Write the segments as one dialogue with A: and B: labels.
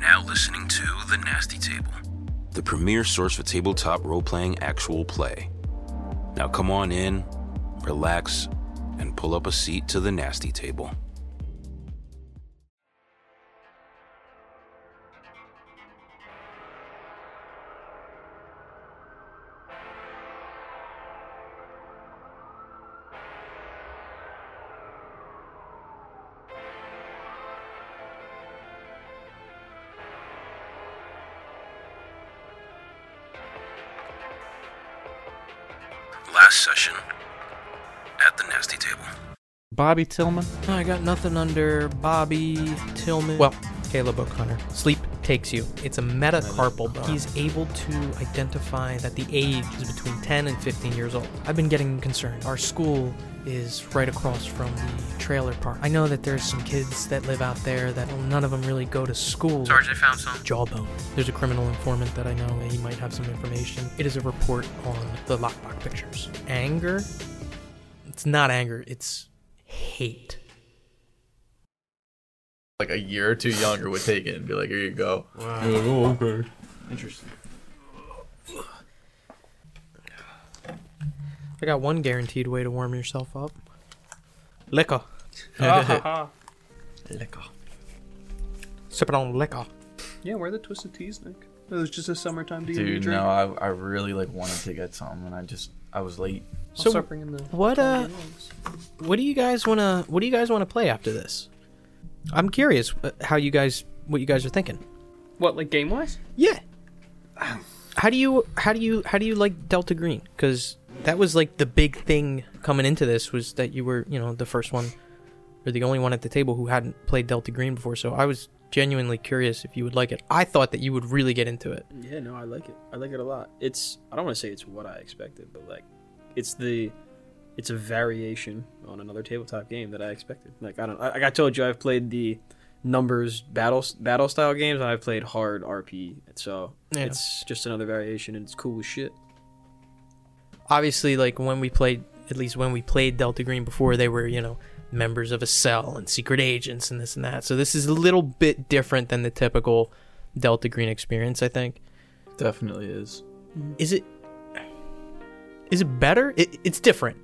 A: now listening to The Nasty Table, the premier source for tabletop role playing actual play. Now come on in, relax, and pull up a seat to the Nasty Table. Last session at the Nasty Table.
B: Bobby Tillman.
C: I got nothing under Bobby Tillman.
D: Well, Caleb O'Connor, sleep takes you. It's a metacarpal bone. He's able to identify that the age is between 10 and 15 years old. I've been getting concerned. Our school is right across from the trailer park. I know that there's some kids that live out there that well, none of them really go to school.
C: Sarge, I found some.
D: Jawbone. There's a criminal informant that I know that he might have some information. It is a report on the lockbox pictures. Anger? It's not anger, it's hate.
E: like a year or two younger would take it and be like, here you go.
D: I got one guaranteed way to warm yourself up. Liquor.
E: Liquor.
D: Sip it on liquor.
F: Yeah, where are the twisted teas, Nick? It was just a summertime D&D
E: Dude,
F: drink.
E: no, I, I really like wanted to get some and I just I was late.
F: I'll
D: So
F: start bringing the
D: what,
F: all the
D: uh,
F: ones.
D: What do you guys wanna? What do you guys wanna play after this? I'm curious uh, how you guys, what you guys are thinking.
F: What, like game wise?
D: Yeah. How do you? How do you? How do you like Delta Green? Because that was like the big thing coming into this was that you were, you know, the first one or the only one at the table who hadn't played Delta Green before. So I was genuinely curious if you would like it. I thought that you would really get into it.
G: Yeah, no, I like it. I like it a lot. It's I don't want to say it's what I expected, but like it's the it's a variation on another tabletop game that I expected. Like I don't like I told you I've played the numbers battle battle style games and I've played hard RP. So
D: Yeah.
G: it's just another variation and it's cool as shit.
D: obviously like when we played at least when we played Delta Green before they were, you know, members of a cell and secret agents and this and that. So this is a little bit different than the typical Delta Green experience, I think.
E: Definitely is.
D: Is it is it better? It, it's different.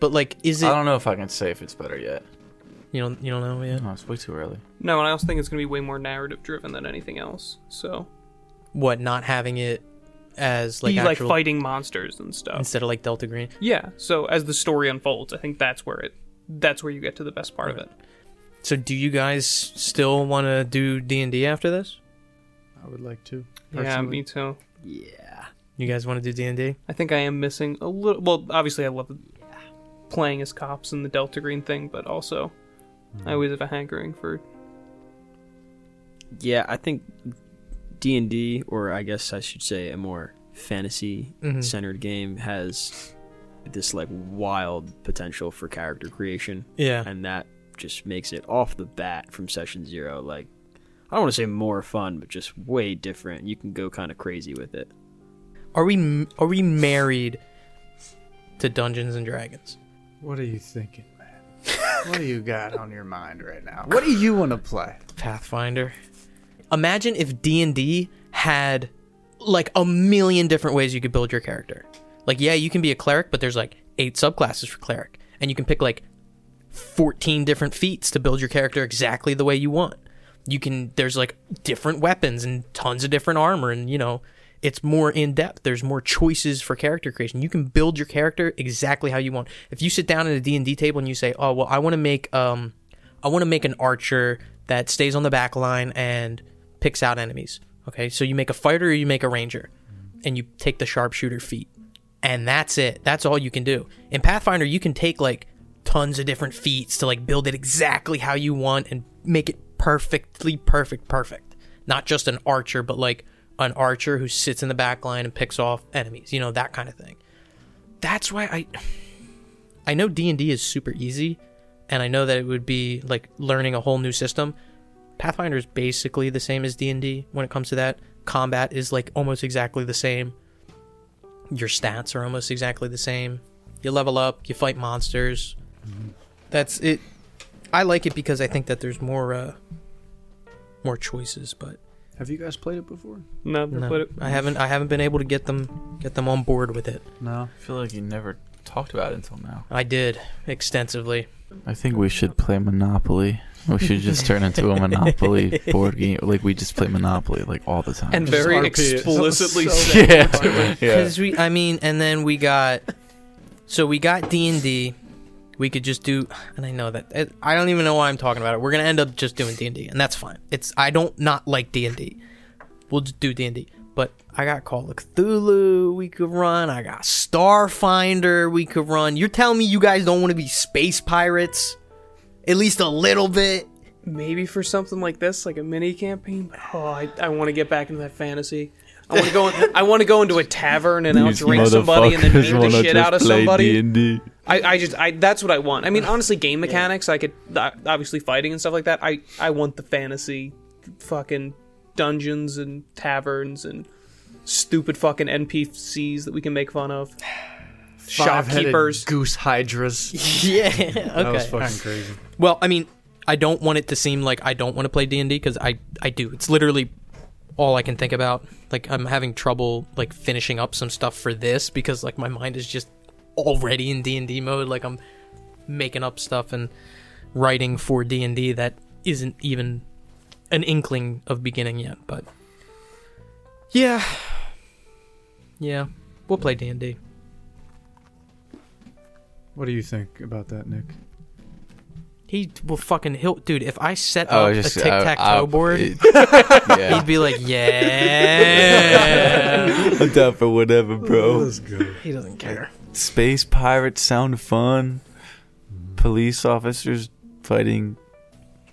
D: But like is
E: I
D: it
E: don't know if I can say if it's better yet.
D: you don't you don't know yet?
E: No, it's way too early.
F: No, and I also think it's going to be way more narrative driven than anything else. So,
D: What not having it as like
F: be like
D: actual
F: fighting monsters and stuff.
D: instead of like Delta Green.
F: yeah. So as the story unfolds, I think that's where it that's where you get to the best part of it.
D: So do you guys still want to do D&D after this?
E: I would like to.
F: Yeah, me too.
G: Yeah.
D: You guys want to do D&D?
F: I think I am missing a little. Well, obviously, I love playing as cops and the Delta Green thing, but also
D: Hmm.
F: I always have a hankering for.
G: Yeah, I think D&D or I guess I should say a more fantasy centered game has this like wild potential for character creation.
D: Yeah.
G: and that just makes it off the bat from session zero like i don't want to say more fun but just way different you can go kind of crazy with it
D: Are we are we married to Dungeons and Dragons?
H: What are you thinking, man? what do you got on your mind right now? What do you want to play?
D: Pathfinder. Imagine if D&D had like a million different ways you could build your character. Like yeah, you can be a cleric, but there's like eight subclasses for cleric and you can pick like 14 different feats to build your character exactly the way you want. You can there's like different weapons and tons of different armor and you know, it's more in depth. There's more choices for character creation. You can build your character exactly how you want. If you sit down at a D&D table and you say, "Oh, well, I want to make um I want to make an archer that stays on the back line and picks out enemies." Okay? So you make a fighter or you make a ranger and you take the sharpshooter feat and that's it. That's all you can do. In Pathfinder, you can take like tons of different feats to like build it exactly how you want and make it perfectly perfect, perfect. Not just an archer, but like an archer who sits in the back line and picks off enemies, you know, that kind of thing. That's why I I know D&D is super easy and I know that it would be like learning a whole new system. Pathfinder is basically the same as D&D when it comes to that. Combat is like almost exactly the same your stats are almost exactly the same. You level up, you fight monsters. That's it. I like it because I think that there's more uh more choices, but
H: Have you guys played it before?
F: No, never
D: No,
F: played it.
D: I haven't. I haven't been able to get them get them on board with it.
H: No.
E: I feel like you never talked about it until now.
D: I did extensively.
E: I think we should play Monopoly. We should just turn into a Monopoly board game. Like we just play Monopoly like all the time.
F: And
E: Just-
F: very
H: RP it.
F: explicitly
H: So-
F: said.
E: yeah, yeah.
D: Because we, I mean, and then we got, so we got D and D. We could just do, and I know that I- I don't even know why I'm talking about it. We're gonna end up just doing D and D, and that's fine. It's I don't not like D and D. We'll just do D and D. But I got Call of Cthulhu. We could run. I got Starfinder. We could run. You're telling me you guys don't want to be space pirates, at least a little bit.
F: Maybe for something like this, like a mini campaign. But oh, I, I want to get back into that fantasy. I want to go. In, I want to go into a tavern and I'll drink somebody and then beat the shit out of somebody.
E: D&D.
F: I, I just I that's what I want. I mean, honestly, game mechanics. I could uh, obviously fighting and stuff like that. I I want the fantasy, fucking dungeons and taverns and stupid fucking NPCs that we can make fun of.
H: Five-headed
F: Shopkeepers.
H: goose hydras.
D: Yeah. Okay.
H: That was fucking crazy.
D: Well, I mean, I don't want it to seem like I don't want to play D and D because I I do. It's literally all I can think about. Like I'm having trouble like finishing up some stuff for this because like my mind is just already in D and D mode. Like I'm making up stuff and writing for D and D that isn't even an inkling of beginning yet. But yeah, yeah, we'll play D and D.
H: What do you think about that, Nick?
D: He will fucking he'll dude. If I set
E: Oh,
D: up
E: just
D: a tic tac toe board.
E: yeah,
D: He'd be like, yeah.
E: I'm down for whatever, bro.
H: good.
D: he doesn't care.
E: Space pirates sound fun.
H: Mm-hmm.
E: Police officers fighting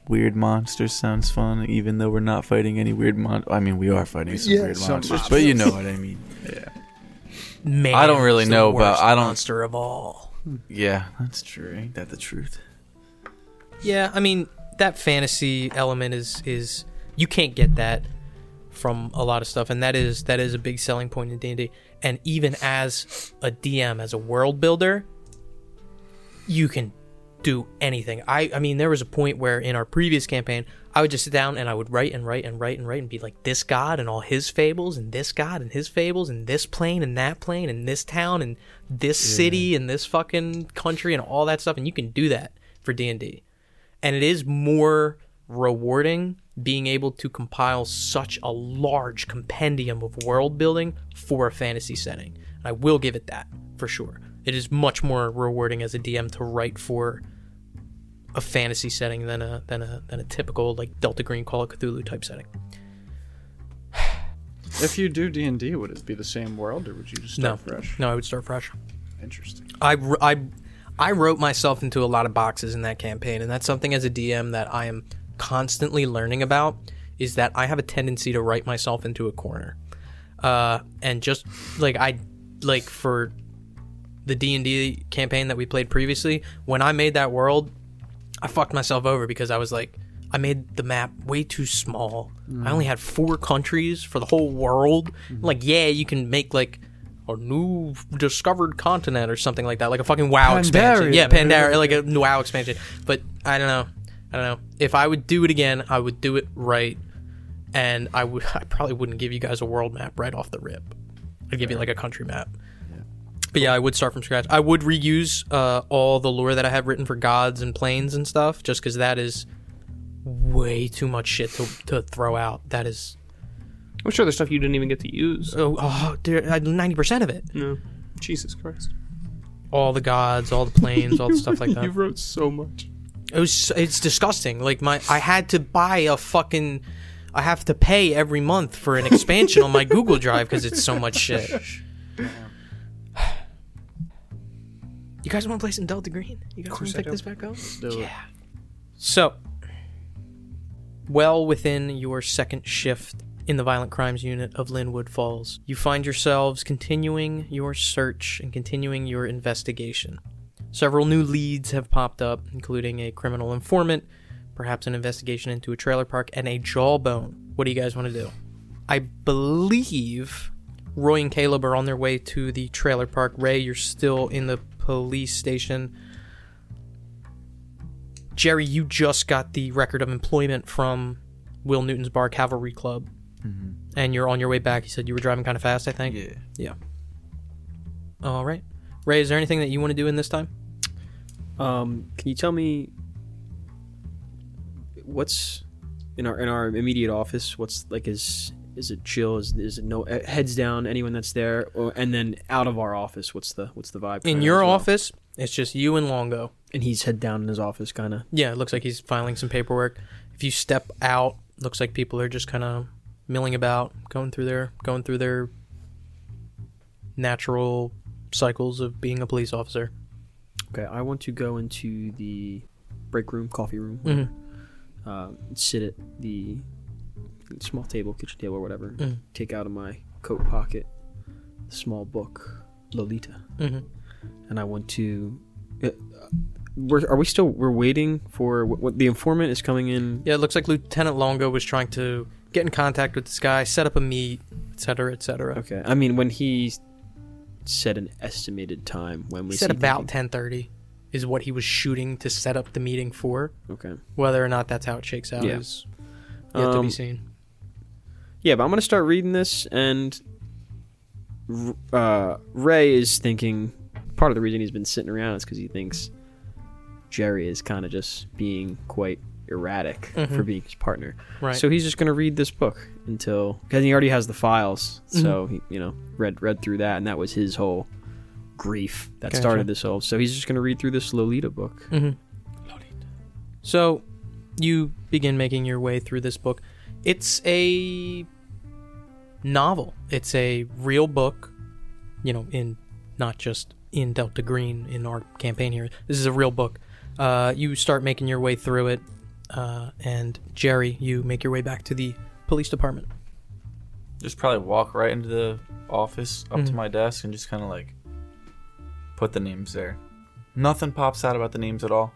E: weird monsters sounds fun, even though we're not fighting any weird mon. I mean, we are fighting some
H: Yeah,
E: weird
H: some
E: monsters, but you know what I mean.
D: Man,
E: I don't really
D: he's the
E: know, but
D: worst
E: I don't-
D: Monster of all.
E: Yeah, that's true. Ain't that the truth?
D: Yeah, I mean that fantasy element is is you can't get that from a lot of stuff, and that is that is a big selling point in D and D. And even as a DM, as a world builder, you can do anything. I I mean there was a point where in our previous campaign, I would just sit down and I would write and write and write and write and be like this god and all his fables and this god and his fables and this plane and that plane and this town and this city and this fucking country and all that stuff and you can do that for D&D and it is more rewarding being able to compile such a large compendium of world building for a fantasy setting. I will give it that for sure. It is much more rewarding as a DM to write for a fantasy setting than a than a than a typical like Delta Green Call of Cthulhu type setting.
H: If you do D and D, would it be the same world, or would you just
D: No,
H: start fresh?
D: no, I would start fresh.
H: Interesting.
D: I, wr- I, I wrote myself into a lot of boxes in that campaign, and that's something as a DM that I am constantly learning about is that I have a tendency to write myself into a corner, uh, and just like I, like for the D and D campaign that we played previously, when I made that world, I fucked myself over because I was like, I made the map way too small. I only had four countries for the whole world. Like, yeah, you can make like a new discovered continent or something like that, like a fucking WoW expansion.
H: Pandaria.
D: Yeah, Pandaria, like a WoW expansion. But I don't know. I don't know. If I would do it again, I would do it right, and I would. I probably wouldn't give you guys a world map right off the rip. I'd give you like a country map. But yeah, I would start from scratch. I would reuse uh, all the lore that I had written for gods and planes and stuff, just because that is way too much shit to, to throw out. That is,
F: I'm sure there's stuff you didn't even get to use.
D: oh, oh ninety percent of it.
F: No, Jesus Christ.
D: All the gods, all the planes, all the stuff like
F: You
D: that.
F: wrote so much.
D: It was, it's disgusting. Like my, I had to buy a fucking, I have to pay every month for an expansion on my Google Drive because it's so much shit. You guys want to play some Delta Green? You guys want to pick this back up?
H: Yeah.
D: So, well within your second shift in the violent crimes unit of Linwood Falls, you find yourselves continuing your search and continuing your investigation. Several new leads have popped up, including a criminal informant, perhaps an investigation into a trailer park, and a jawbone. What do you guys want to do? I believe Roy and Caleb are on their way to the trailer park. Ray, you're still in the police station. Jerry, you just got the record of employment from Will Newton's Bar Cavalry Club. and you're on your way back. You said you were driving kind of fast, I think.
E: Yeah.
D: Yeah. All right, Ray. Is there anything that you want to do in this time?
G: Um, can you tell me what's in our in our immediate office? What's like is is it chill? Is is it no eh, heads down? Anyone that's there, or, and then out of our office, what's the what's the vibe?
D: In
G: kinda
D: your
G: as well?
D: office, it's just you and Longo.
G: and he's head down in his office, kind of.
D: Yeah, it looks like he's filing some paperwork. If you step out, looks like people are just kind of milling about, going through their going through their natural cycles of being a police officer.
G: Okay, I want to go into the break room, coffee room,
D: Mhm.
G: uh, sit at the small table, kitchen table, or whatever.
D: Mhm.
G: Take out of my coat pocket the small book, Lolita.
D: hmm
G: and I want to. Uh, we're, are we still? We're waiting for what, what the informant is coming in.
D: Yeah, it looks like Lieutenant Longo was trying to get in contact with this guy, set up a meet, et cetera, et cetera.
G: Okay, I mean when he said an estimated time when
D: He
G: we
D: said about ten thirty is what he was shooting to set up the meeting for.
G: Okay,
D: Whether or not that's how it shakes out
G: Yeah.
D: is yet to be
G: Um,
D: seen.
G: yeah, but I'm gonna start reading this, and R- uh, Ray is thinking part of the reason he's been sitting around is because he thinks Jerry is kind of just being quite erratic for being his partner.
D: Mm-hmm. Right.
G: So he's just gonna read this book until because he already has the files.
D: Mm-hmm.
G: So he, you know, read read through that, and that was his whole grief that
D: Gotcha. Mm.
G: started this whole. So he's just gonna read through this Lolita book.
D: So you begin making your way through this book. It's a novel. It's a real book, you know, in not just in Delta Green in our campaign here. This is a real book. Uh, you start making your way through it, uh, and Jerry, you make your way back to the police department.
E: Just probably walk right into the office up
D: Mm.
E: to my desk and just kind of like put the names there. Nothing pops out about the names at all.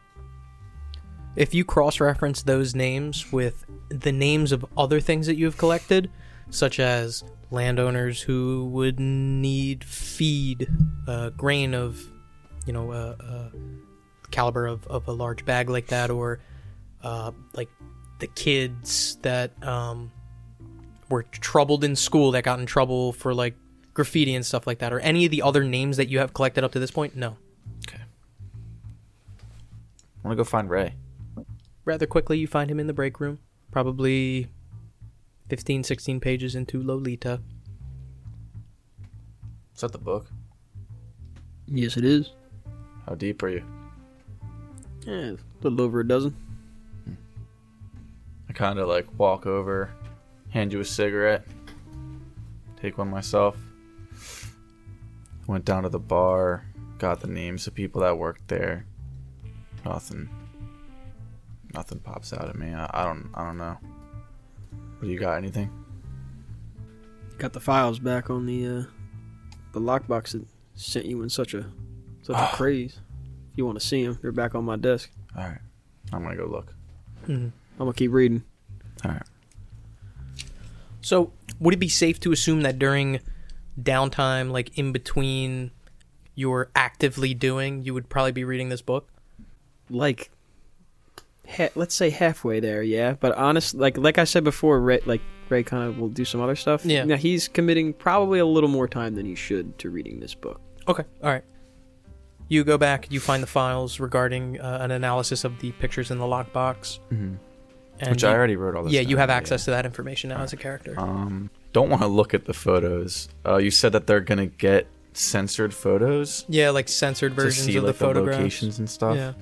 D: If you cross reference those names with the names of other things that you have collected, such as landowners who would need feed a grain of, you know, uh, uh, caliber of, of a large bag like that, or uh, like the kids that um, were troubled in school that got in trouble for like graffiti and stuff like that, or any of the other names that you have collected up to this point, no.
E: I want to go find Ray.
D: rather quickly you find him in the break room probably 15 16 pages into lolita
E: Is that the book?
G: Yes, it is.
E: How deep are you?
G: Yeah, a little over a dozen.
E: I kind of like walk over, hand you a cigarette, take one myself. Went down to the bar, got the names of people that worked there. Nothing. Nothing pops out at me. I, I don't. I don't know. What do you got? Anything?
G: Got the files back on the uh, the lockbox that sent you in such a such a craze. If you want to see them, they're back on my desk.
E: All right. I'm gonna go look.
G: I'm gonna keep reading.
E: All right.
D: so would it be safe to assume that during downtime like in between you're actively doing you would probably be reading this book
G: like ha- let's say halfway there yeah but honest like like i said before ray like ray kind of will do some other stuff
D: Yeah.
G: now he's committing probably a little more time than he should to reading this book
D: okay all right you go back you find the files regarding uh, an analysis of the pictures in the lockbox and
E: Which
D: you,
E: I already wrote all this.
D: yeah you
E: down,
D: have access to that information now as a character
E: Um, don't want to look at the photos. Uh, you said that they're gonna get censored photos
D: yeah like censored versions
E: to see
D: of
E: like
D: the photographs
E: locations and stuff.
D: Yeah.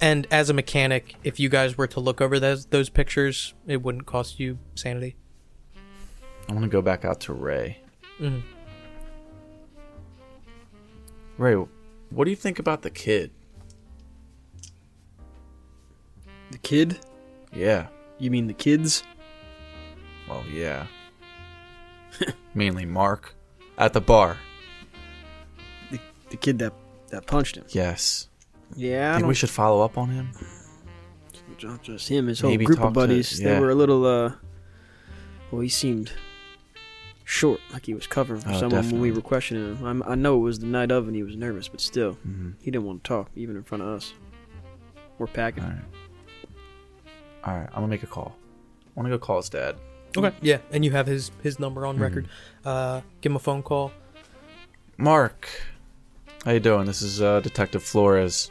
D: And as a mechanic, if you guys were to look over those those pictures, it wouldn't cost you sanity.
E: I want to go back out to Ray.
D: Mhm.
E: Ray, what do you think about the kid?
G: the kid
E: Yeah.
G: you mean the kids
E: Well, yeah. Mainly Mark. At the bar.
G: the kid that that punched him
E: Yes.
G: yeah I
E: Think
G: don't
E: we should follow up on him?
G: not just him his whole
E: Maybe
G: group
E: talk
G: of
E: to-
G: buddies
E: yeah.
G: they were a little uh well he seemed short like he was covering for
E: Oh,
G: someone when
E: definitely.
G: we were questioning him I'm, i know it was the night of and he was nervous but still
E: Mm-hmm.
G: he didn't want to talk even in front of us we're packing
E: Uh, All right. All right. I'm gonna make a call. I want to go call his dad.
D: Okay. Yeah, and you have his his number
E: Hmm.
D: on record. Uh, give him a phone call.
E: Mm-hmm. Mark, how you doing? This is uh, Detective Flores.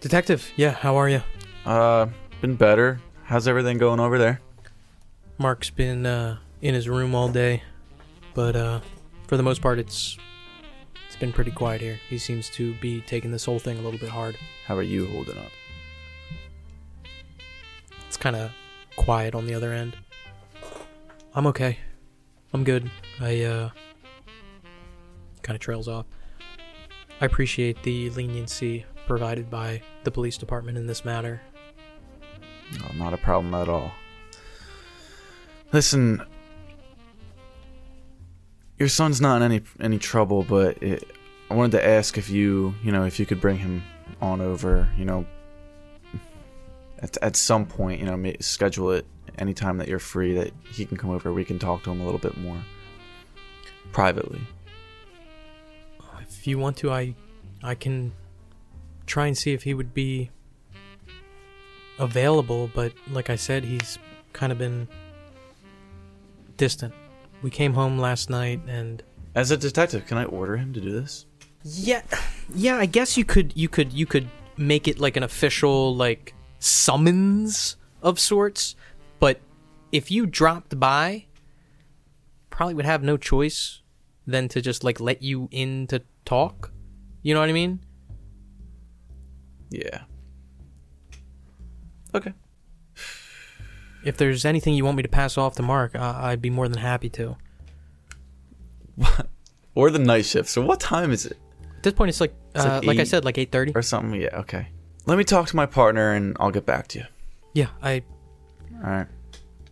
D: Detective, yeah, how are you?
E: Uh, been better. How's everything going over there?
D: Mark's been uh, in his room all day, but uh, for the most part, it's it's been pretty quiet here. He seems to be taking this whole thing a little bit hard.
E: How are you holding up?
D: It's kind of quiet on the other end. I'm okay. I'm good. I uh kind of trails off. I appreciate the leniency provided by the police department in this matter.
E: Oh, not a problem at all. Listen, your son's not in any any trouble, but it, I wanted to ask if you, you know, if you could bring him on over, you know, at at some point, you know, ma- schedule it anytime that you're free that he can come over. We can talk to him a little bit more privately.
D: If you want to, I I can try and see if he would be available, but like I said, he's kind of been distant. We came home last night and
E: As a detective, can I order him to do this?
D: Yeah, yeah. I guess you could, you could, you could make it like an official like summons of sorts. But if you dropped by, probably would have no choice than to just like let you in to talk. You know what I mean?
E: Yeah. Okay.
D: If there's anything you want me to pass off to Mark, I- I'd be more than happy to.
E: Or the night shift. So what time is it?
D: At this point, it's like,
E: It's
D: uh,
E: like
D: like I
E: eight.
D: said, like eight thirty.
E: or something. Yeah, okay. Let me talk to my partner and I'll get back to you.
D: Yeah, I
E: All right.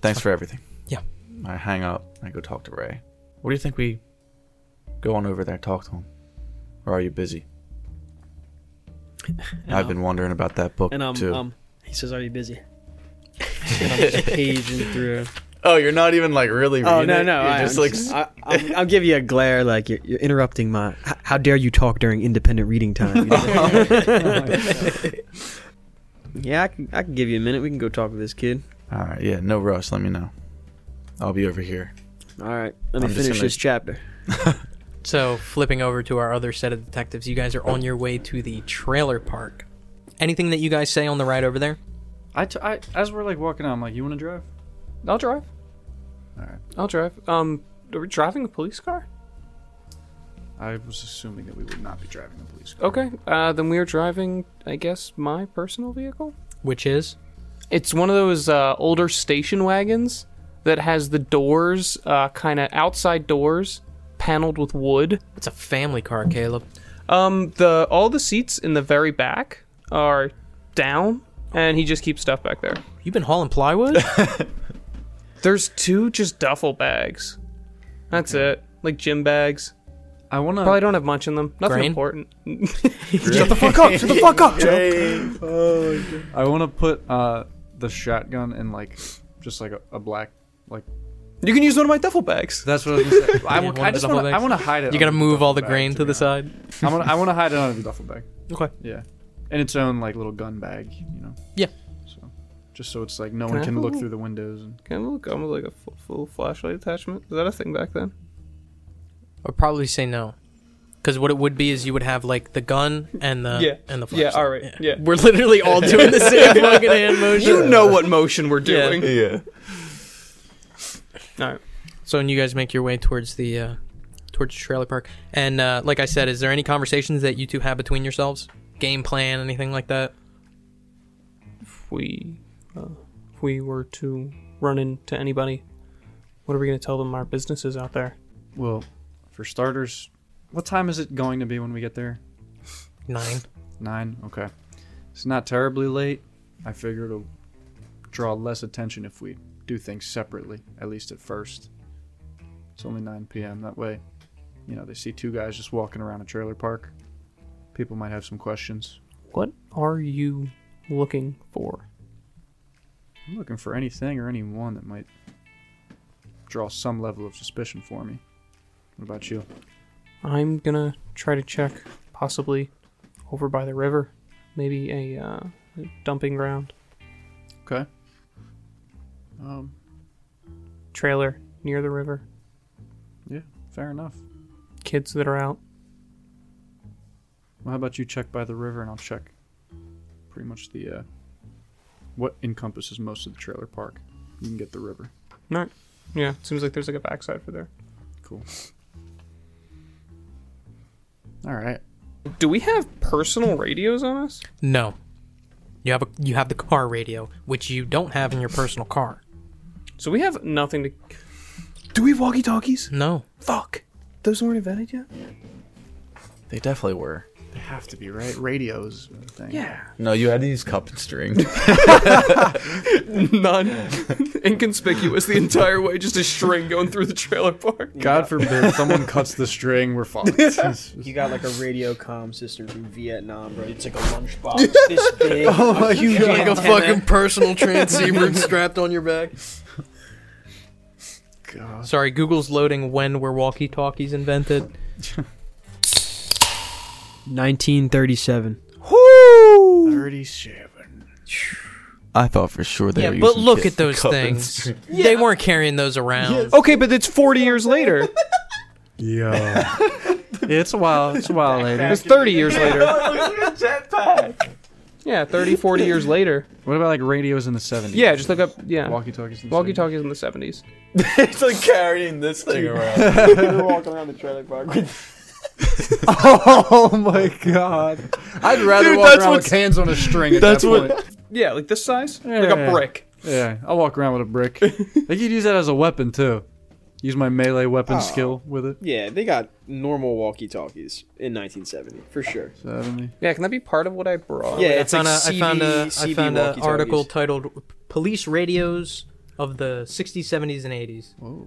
E: Thanks for everything.
D: Yeah.
E: I hang up. I go talk to Ray. What do you think we go on over there and talk to him? Or are you busy? I've been wondering about that book
G: And um,
E: too.
G: um, he says, "Are you busy?" and I'm just paging through.
E: oh, you're not even like really.
G: Oh
E: reading
G: no
E: it?
G: no!
E: You're
G: I,
E: just
G: I'm
E: like
G: just- I, I'll, I'll give you a glare, like you're, you're interrupting my. h- How dare you talk during independent reading time? you know? yeah, I can, I can give you a minute. We can go talk with this kid.
E: all right. Yeah, no rush. Let me know. I'll be over here.
G: All right, let me
E: I'm just
G: finish
E: gonna-
G: this chapter.
D: So, flipping over to our other set of detectives, you guys are on your way to the trailer park. Anything that you guys say on the ride over there?
H: I, t- I as we're like walking out, I'm like, you want to drive?
F: I'll drive.
H: Alright.
F: I'll drive. Um, are we driving a police car?
H: I was assuming that we would not be driving the police car.
F: Okay. Uh, then we are driving. I guess my personal vehicle.
D: Which is?
F: It's one of those uh, older station wagons that has the doors, uh, kind of outside doors, paneled with wood.
D: It's a family car, Caleb.
F: Um, the all the seats in the very back are down, and he just keeps stuff back there.
D: You've been hauling plywood?
F: There's two just duffel bags. That's it. Like gym bags.
H: I want to.
F: Probably don't have much in them. Nothing
D: Grain?
F: important.
H: Shut the fuck up! Shut the fuck up, I want to put uh, the shotgun in like just like a, a black.
F: You can use one of my duffel bags.
H: That's what I was gonna say. I,
D: one
H: want,
D: of
H: I
D: the
H: just
D: duffel
H: want to. I
D: bags.
H: want to hide it.
D: You gotta
H: under
D: move
H: duffel
D: all the
H: bag,
D: grain to
H: be
D: the side.
H: honest. I'm gonna, I want to hide it under the duffel bag.
D: Okay.
H: Yeah, in its own like little gun bag, you know.
D: Yeah.
H: So, just so it's like no
F: Can
H: one
F: I
H: can
F: have a
H: look
F: little-
H: through the windows and.
F: Can I look? I'm like a full, full flashlight attachment. Is that a thing back then?
D: I'd probably say no. Because what it would be is you would have like the gun and the
F: Yeah.
D: and the
F: Yeah,
D: flashlight.
F: alright, yeah.
D: We're literally all doing the same fucking hand motion.
F: You know what motion we're
D: Yeah.
F: doing.
E: Yeah.
F: All right.
D: So, and you guys make your way towards the uh, towards the trailer park. And uh, like I said, is there any conversations that you two have between yourselves? Game plan, anything like that?
F: If we, uh, if we were to run into anybody, what are we going to tell them our business is out there?
H: Well, for starters, what time is it going to be when we get there?
D: Nine.
H: Nine. Okay. It's not terribly late. I figure it'll draw less attention if we do things separately, at least at first. It's only 9 p.m. That way, you know, they see two guys just walking around a trailer park. People might have some questions.
F: What are you looking for?
H: I'm looking for anything or anyone that might draw some level of suspicion for me. What about you?
F: I'm gonna try to check, possibly, over by the river, maybe a uh, dumping ground.
H: Okay. Um,
F: trailer near the river,
H: Yeah, fair enough.
F: kids that are out.
H: Well, how about you check by the river and I'll check pretty much the uh, what encompasses most of the trailer park. You can get the river.
F: Not, yeah. Seems like there's like a backside for there.
H: Cool. All right.
F: Do we have personal radios on us?
D: No. You have a you have the car radio, which you don't have in your personal car.
F: So we have nothing to. Do we have walkie talkies?
D: No.
F: Fuck. Those weren't invented yet.
E: They definitely were.
H: They have to be right. Radios and thing.
F: Yeah.
E: No, you had to use cup and string.
F: None. Inconspicuous the entire way, just a string going through the trailer park.
H: God forbid someone cuts the string, we're fucked.
G: You got like a radio comm system from Vietnam, bro. It's like a lunchbox this big.
H: my
G: huge
H: God.
G: antenna.
D: personal transceiver strapped on your back.
H: God.
D: Sorry, Google's loading when were walkie talkies invented.
G: 1937.
H: Thirty-seven.
E: I thought for sure they
D: Yeah,
E: were
D: but
E: using
D: look
E: kit-
D: at those
E: cup and
D: things.
E: string.
D: They weren't carrying those around. Oh,
F: Okay, but it's 40 years later.
H: Yeah. it's a while. It's a while, lady.
F: It's 30 years later. Yeah, 30, 40 years later.
H: What about like radios in the seventies?
F: Yeah, just look up. Yeah.
H: walkie talkies.
F: Walkie talkies in the 70s.
E: it's like carrying this thing around.
G: We're walking around the trailer park with
H: Oh my god. I'd rather
E: Dude,
H: walk
E: that's
H: around
E: what's-
H: with hands on a string. At
E: that's
H: that
E: what-
H: point.
F: Yeah, like this size?
H: Yeah,
F: Like
H: yeah.
F: a brick.
H: Yeah, I'll walk around with a brick. they could use that as a weapon too. Use my melee weapon skill with it.
G: Yeah, they got normal walkie-talkies in 1970 for sure.
H: Seventy.
F: Yeah, can that be part of what I brought?
G: Yeah,
D: I
G: it's like
D: found a, I found a, I
G: CB, CB
D: found an
G: walkie-talkies.
D: article titled "Police Radios of the 60s, 70s, and 80s."
H: Whoa.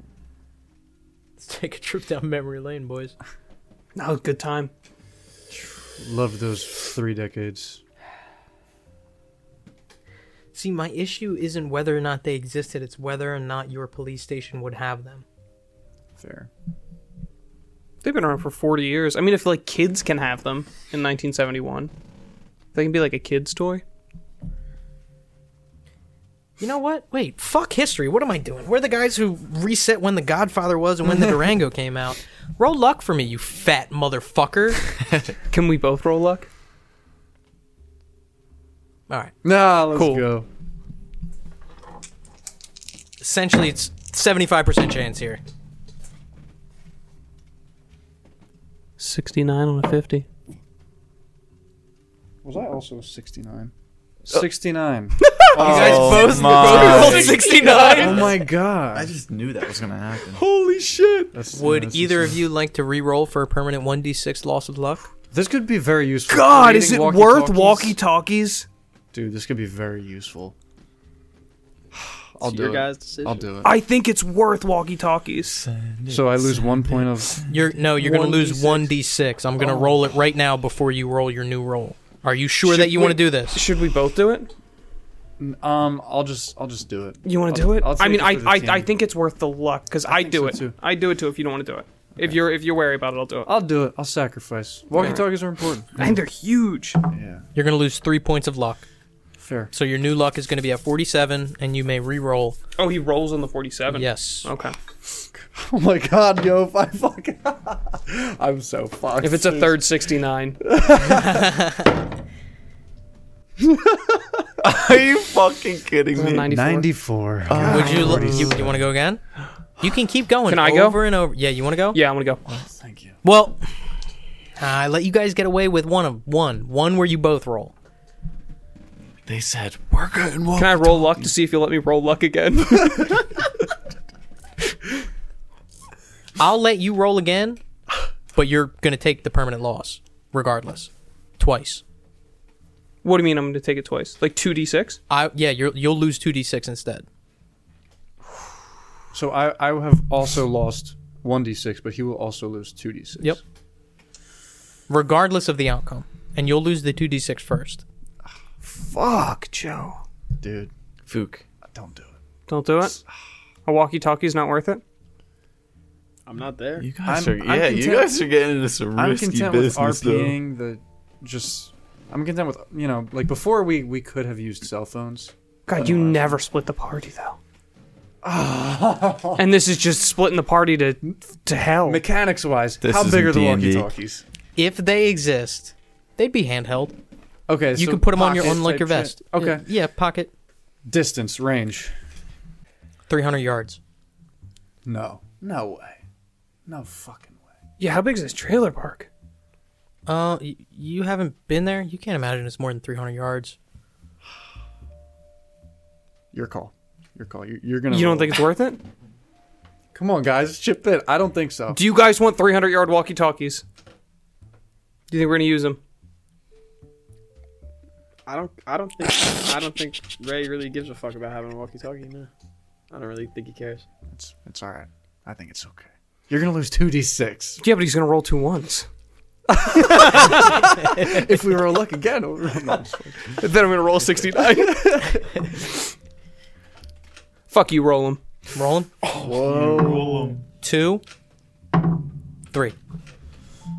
D: Let's take a trip down memory lane, boys.
F: That was a good time.
H: Love those three decades.
D: See, my issue isn't whether or not they existed; it's whether or not your police station would have them.
H: Fair.
F: They've been around for 40 years. I mean, if like kids can have them in 1971, they can be like a kid's toy.
D: You know what? Wait, fuck history. What am I doing? We're the guys who reset when The Godfather was and when the Durango came out. Roll luck for me, you fat motherfucker.
F: Can we both roll luck?
D: All right.
H: Nah, let's
F: Cool.
H: go.
D: Essentially, it's 75% chance here.
F: 69 on a 50.
H: Was I also sixty-nine? Sixty-nine.
D: You guys both,
E: my.
D: both rolled 69.
H: oh my god.
E: I just knew that was gonna happen.
F: Holy shit!
H: That's-
D: Would
H: that's
D: either of
H: insane.
D: you like to re-roll for a permanent 1d6 loss of luck?
H: This could be very useful.
F: God,
H: Reading
F: is it worth
H: walkie-talkies?
F: walkie talkies?
H: Dude, this could be very useful. I'll
G: It's
H: do
G: your
H: it.
G: guys' decision.
H: I'll do it.
F: I think it's worth walkie talkies.
H: So I lose one point of.
D: You're no, you're going to lose 1d6. I'm going to roll it right now before you roll your new roll. Are you sure
F: Should
D: that you
F: we-
D: want to do this?
F: Should we both do it?
H: Um, I'll just, I'll just do it.
F: You want to
H: I'll-
F: do it?
H: I'll
F: I
H: take
F: mean, I,
H: for the
F: I,
H: team.
F: I think it's worth the luck because I, do
H: so,
F: it.
H: too.
F: I do it too. If you don't want to do it, if you're if you're wary about it, I'll do it.
H: I'll do it. I'll sacrifice. Walkie talkies are important.
F: And they're huge.
H: Yeah,
D: You're going to lose 3 points of luck.
H: fair.
D: So your new luck is going to be at 47 and you may re-roll.
F: Oh, he rolls on the forty-seven.
D: Yes.
F: Okay.
H: Oh my god, yo, if I fucking. I'm so fucked.
F: If it's a third sixty-nine,
E: Are you fucking kidding me?
F: 94.
H: 94.
D: Would you li- you, you want to go again? You can keep going
F: Can I go?
D: over and over. Yeah, you want to go?
F: Yeah, I'm gonna go.
H: Thank you.
D: Well, I let you guys get away with one of one, one where you both roll.
E: They said we're good. and
F: Can I roll luck to see if you'll let me roll luck again?
D: I'll let you roll again, but you're going to take the permanent loss regardless. Twice.
F: what do you mean I'm going to take it twice? Like 2d6?
D: I yeah, you're, you'll lose 2d6 instead.
H: So I, I have also lost 1d6, but he will also lose 2d6.
D: Yep. Regardless of the outcome. And you'll lose the 2d6 first.
F: Fuck, Joe.
H: Dude,
E: Fook.
H: don't do it.
F: Don't do it. A walkie talkie's not worth it.
G: I'm not there.
E: You guys
H: I'm-
E: are
H: I'm
E: yeah. You
H: content-
E: guys are getting into some
H: I'm
E: risky
H: content with
E: business though.
H: RPing the. Just. I'm content with, you know, like before we, we could have used cell phones.
F: God, you never split the party, though. and this is just splitting the party to to hell.
H: Mechanics wise,
E: This
H: how big
E: isn't
H: are the
E: D&D.
H: walkie talkies?
D: If they exist, they'd be handheld.
H: Okay,
D: you
H: so
D: can put them on your
H: pocket
D: on like
H: type
D: your
H: shit.
D: vest.
H: Okay,
D: Yeah, yeah, pocket
H: distance, range.
D: 300 yards.
H: No, no way, no fucking way.
F: Yeah, how big is this trailer park?
D: Uh, y- you haven't been there. You can't imagine it's more than 300 yards.
H: Your call, your call. You're, you're gonna.
F: You don't
H: roll.
F: think it's worth it?
H: Come on, guys, chip in. I don't think so.
F: Do you guys want 300 yard walkie talkies? Do you think we're gonna use them?
G: I don't. I don't think. I don't think Ray really gives a fuck about having a walkie-talkie. No, I don't really think he cares.
H: It's, it's all right. I think it's okay. You're gonna lose two d six
F: Yeah, but he's gonna roll two ones.
H: if we roll luck again. we'll roll- no, I'm just kidding.
F: then I'm gonna roll 69. Fuck you, roll him.
D: Rolling. Whoa. Two. Three.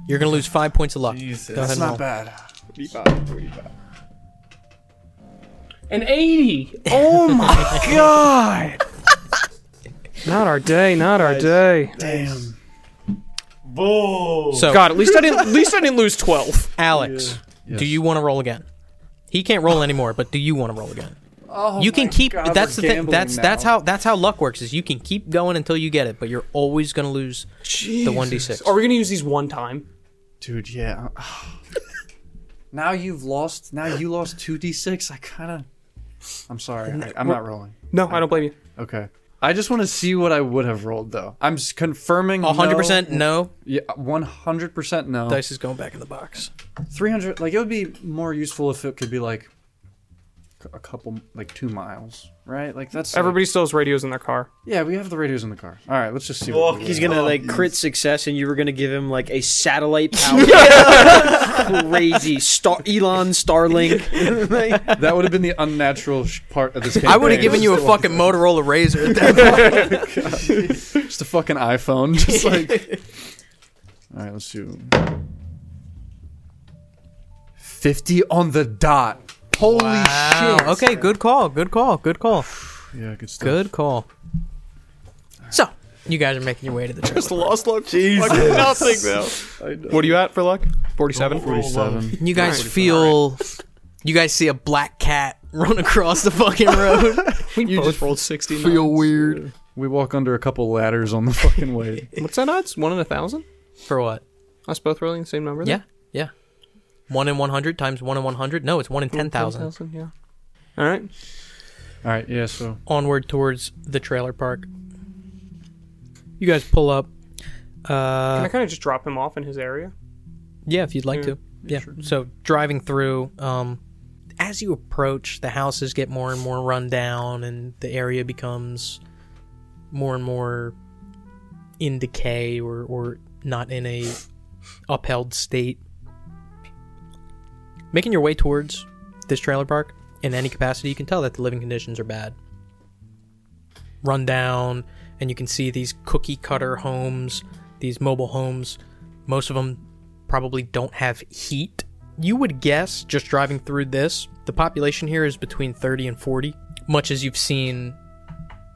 D: You're gonna lose five points of luck. Go ahead
H: That's
D: and roll.
H: not bad.
F: An 80. Oh my god. Not our day. Not our day.
H: Damn.
D: So,
F: God, at least I didn't. At least I didn't lose 12.
D: Alex, do you want to roll again? He can't roll anymore, but do you want to roll again?
H: Oh,
D: you can
H: my
D: keep.
H: God, we're
D: that's the thing.
H: gambling
D: That's
H: now.
D: that's how that's how luck works. Is you can keep going until you get it, but you're always gonna lose the one d six.
F: Are we gonna use these one time?
H: Dude, yeah. now you've lost. Now you lost two d six. I kind of. I'm sorry. I, I'm not rolling.
F: No, I don't blame you.
H: Okay. I just want to see what I would have rolled though. I'm s- confirming.
D: One hundred percent no.
H: Yeah, one hundred percent no.
D: Dice is going back in the box.
H: Three hundred. Like it would be more useful if it could be like c- a couple, like two miles, right? Like that's like-
F: Everybody still has radios in their car.
H: yeah, we have the radios in the car. All right, let's just see. What we
G: Oh, He's
H: get.
F: Oh,
G: gonna like crit success, and you were gonna give him like a satellite power. crazy star Elon Starlink. Like,
H: that would have been the unnatural sh- part of this. Campaign.
D: I would have given you a fucking Motorola Razor. At that point.
H: just a fucking iPhone. Just like. All right, let's do. Fifty on the dot. Holy shit!
D: Wow. Okay. Good call. Good call. Good call.
H: Yeah, good stuff.
D: Good call. So you guys are making your way to the trailer. park.
F: Lost luck. Jesus. nothing, though. What are you at for luck? 47.
H: Forty-seven.
D: You guys feel. You guys see a black cat run across the fucking road.
F: We both rolled 69.
H: weird. We walk under a couple ladders on the fucking way.
F: What's that odds? One in a thousand?
D: For what?
F: Us both rolling the same number?
D: Yeah. Yeah. One in one hundred times one in one hundred. No, it's one in ten thousand.
F: yeah. All right.
H: All right, yeah. So
D: Onward towards the trailer park. You guys pull up.
F: Can
D: Uh,
F: I kind of just drop him off in his area?
D: yeah, if you'd like
F: Yeah,
D: to. Yeah. So driving through. Um, as you approach, the houses get more and more run down, and the area becomes more and more in decay or, or not in a upheld state. Making your way towards this trailer park in any capacity, you can tell that the living conditions are bad. Run down, and you can see these cookie cutter homes, these mobile homes. Most of them probably don't have heat. You would guess, just driving through this, the population here is between 30 and 40, much as you've seen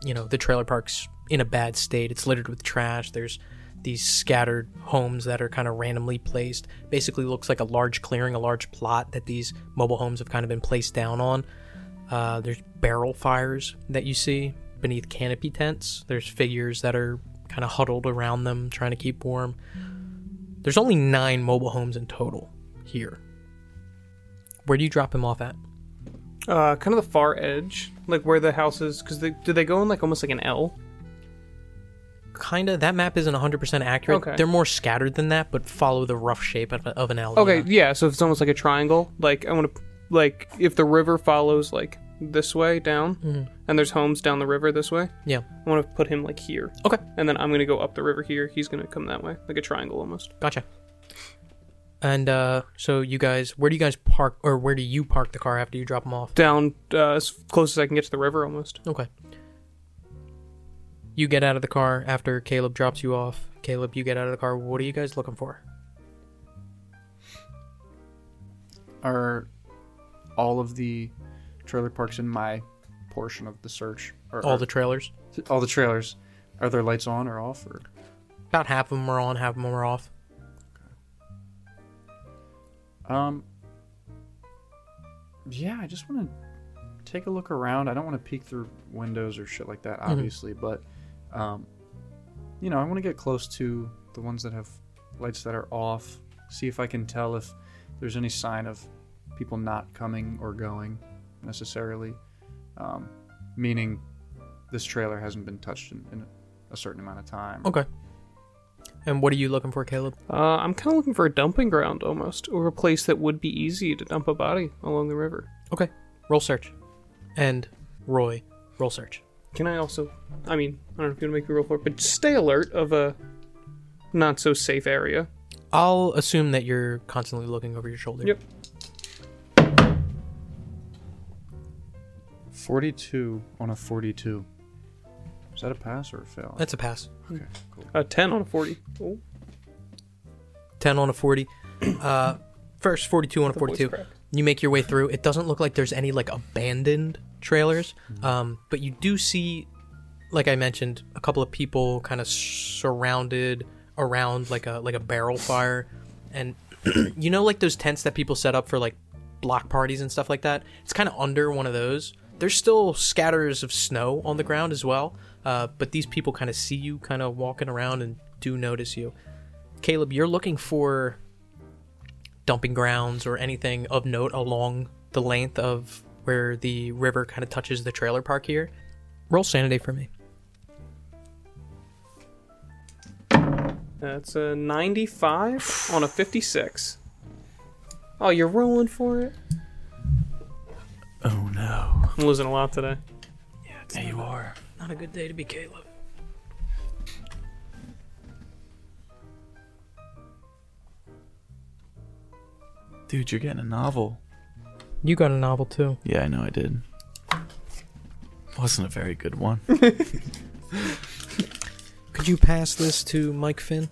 D: you know the trailer park's in a bad state it's littered with trash there's these scattered homes that are kind of randomly placed basically looks like a large clearing a large plot that these mobile homes have kind of been placed down on uh, there's barrel fires that you see beneath canopy tents there's figures that are kind of huddled around them trying to keep warm there's only nine mobile homes in total here where do you drop him off at
F: Uh, kind of the far edge, like where the house is, because they, do they go in like almost like an L?
D: kind of that map isn't 100% accurate
F: Okay.
D: they're more scattered than that but follow the rough shape of, of an alley
F: Okay, yeah. So if it's almost like a triangle, like I want to, like if the river follows like this way down,
D: Mm-hmm.
F: and there's homes down the river this way,
D: yeah
F: I want to put him like here,
D: okay
F: and then I'm gonna go up the river here. He's gonna come that way, like a triangle almost.
D: gotcha and uh so you guys where do you guys park or where do you park the car after you drop them off
F: Down uh, as close as I can get to the river almost.
D: okay you get out of the car after caleb drops you off caleb you get out of the car what are you guys looking for
H: are all of the trailer parks in my portion of the search? Or,
D: All the trailers.
H: all the trailers. Are their lights on or off? Or
D: About half of them are on, half of them are off.
H: um, yeah, I just want to take a look around. I don't want to peek through windows or shit like that, obviously, but um, you know, I want to get close to the ones that have lights that are off. See if I can tell if there's any sign of people not coming or going necessarily. Um, meaning, this trailer hasn't been touched in, in a certain amount of time.
D: Okay. And what are you looking for, Caleb?
F: Uh, I'm kind of looking for a dumping ground almost, or a place that would be easy to dump a body along the river.
D: Okay. Roll search. And Roy, roll search.
F: Can I also? I mean, I don't know if you want to make me roll for it, but just stay alert of a not so safe area.
D: I'll assume that you're constantly looking over your shoulder.
F: Yep.
H: 42 on a 42. Is that a pass or a fail?
D: That's a pass.
H: okay, cool.
F: A ten on a forty. Oh,
D: 10 on a 40. Uh, first, 42 on a
F: the voice
D: 42.
F: crack.
D: You make your way through. It doesn't look like there's any like abandoned trailers,
F: Mm-hmm.
D: um, but you do see, like I mentioned, a couple of people kind of surrounded around like a like a barrel fire, and you know like those tents that people set up for like block parties and stuff like that. It's kind of under one of those. There's still scatters of snow on the ground as well, uh, but these people kind of see you kind of walking around and do notice you. Caleb, you're looking for dumping grounds or anything of note along the length of where the river kind of touches the trailer park here. Roll sanity for me.
F: That's a ninety-five on a fifty-six. Oh, you're rolling for it.
E: Oh no.
F: I'm losing a lot today.
E: There you are.
D: Not a good day to be Caleb.
E: Dude, you're getting a novel.
D: You got a novel too.
E: Yeah, I know I did. Wasn't a very good one.
D: Could you pass this to Mike Finn?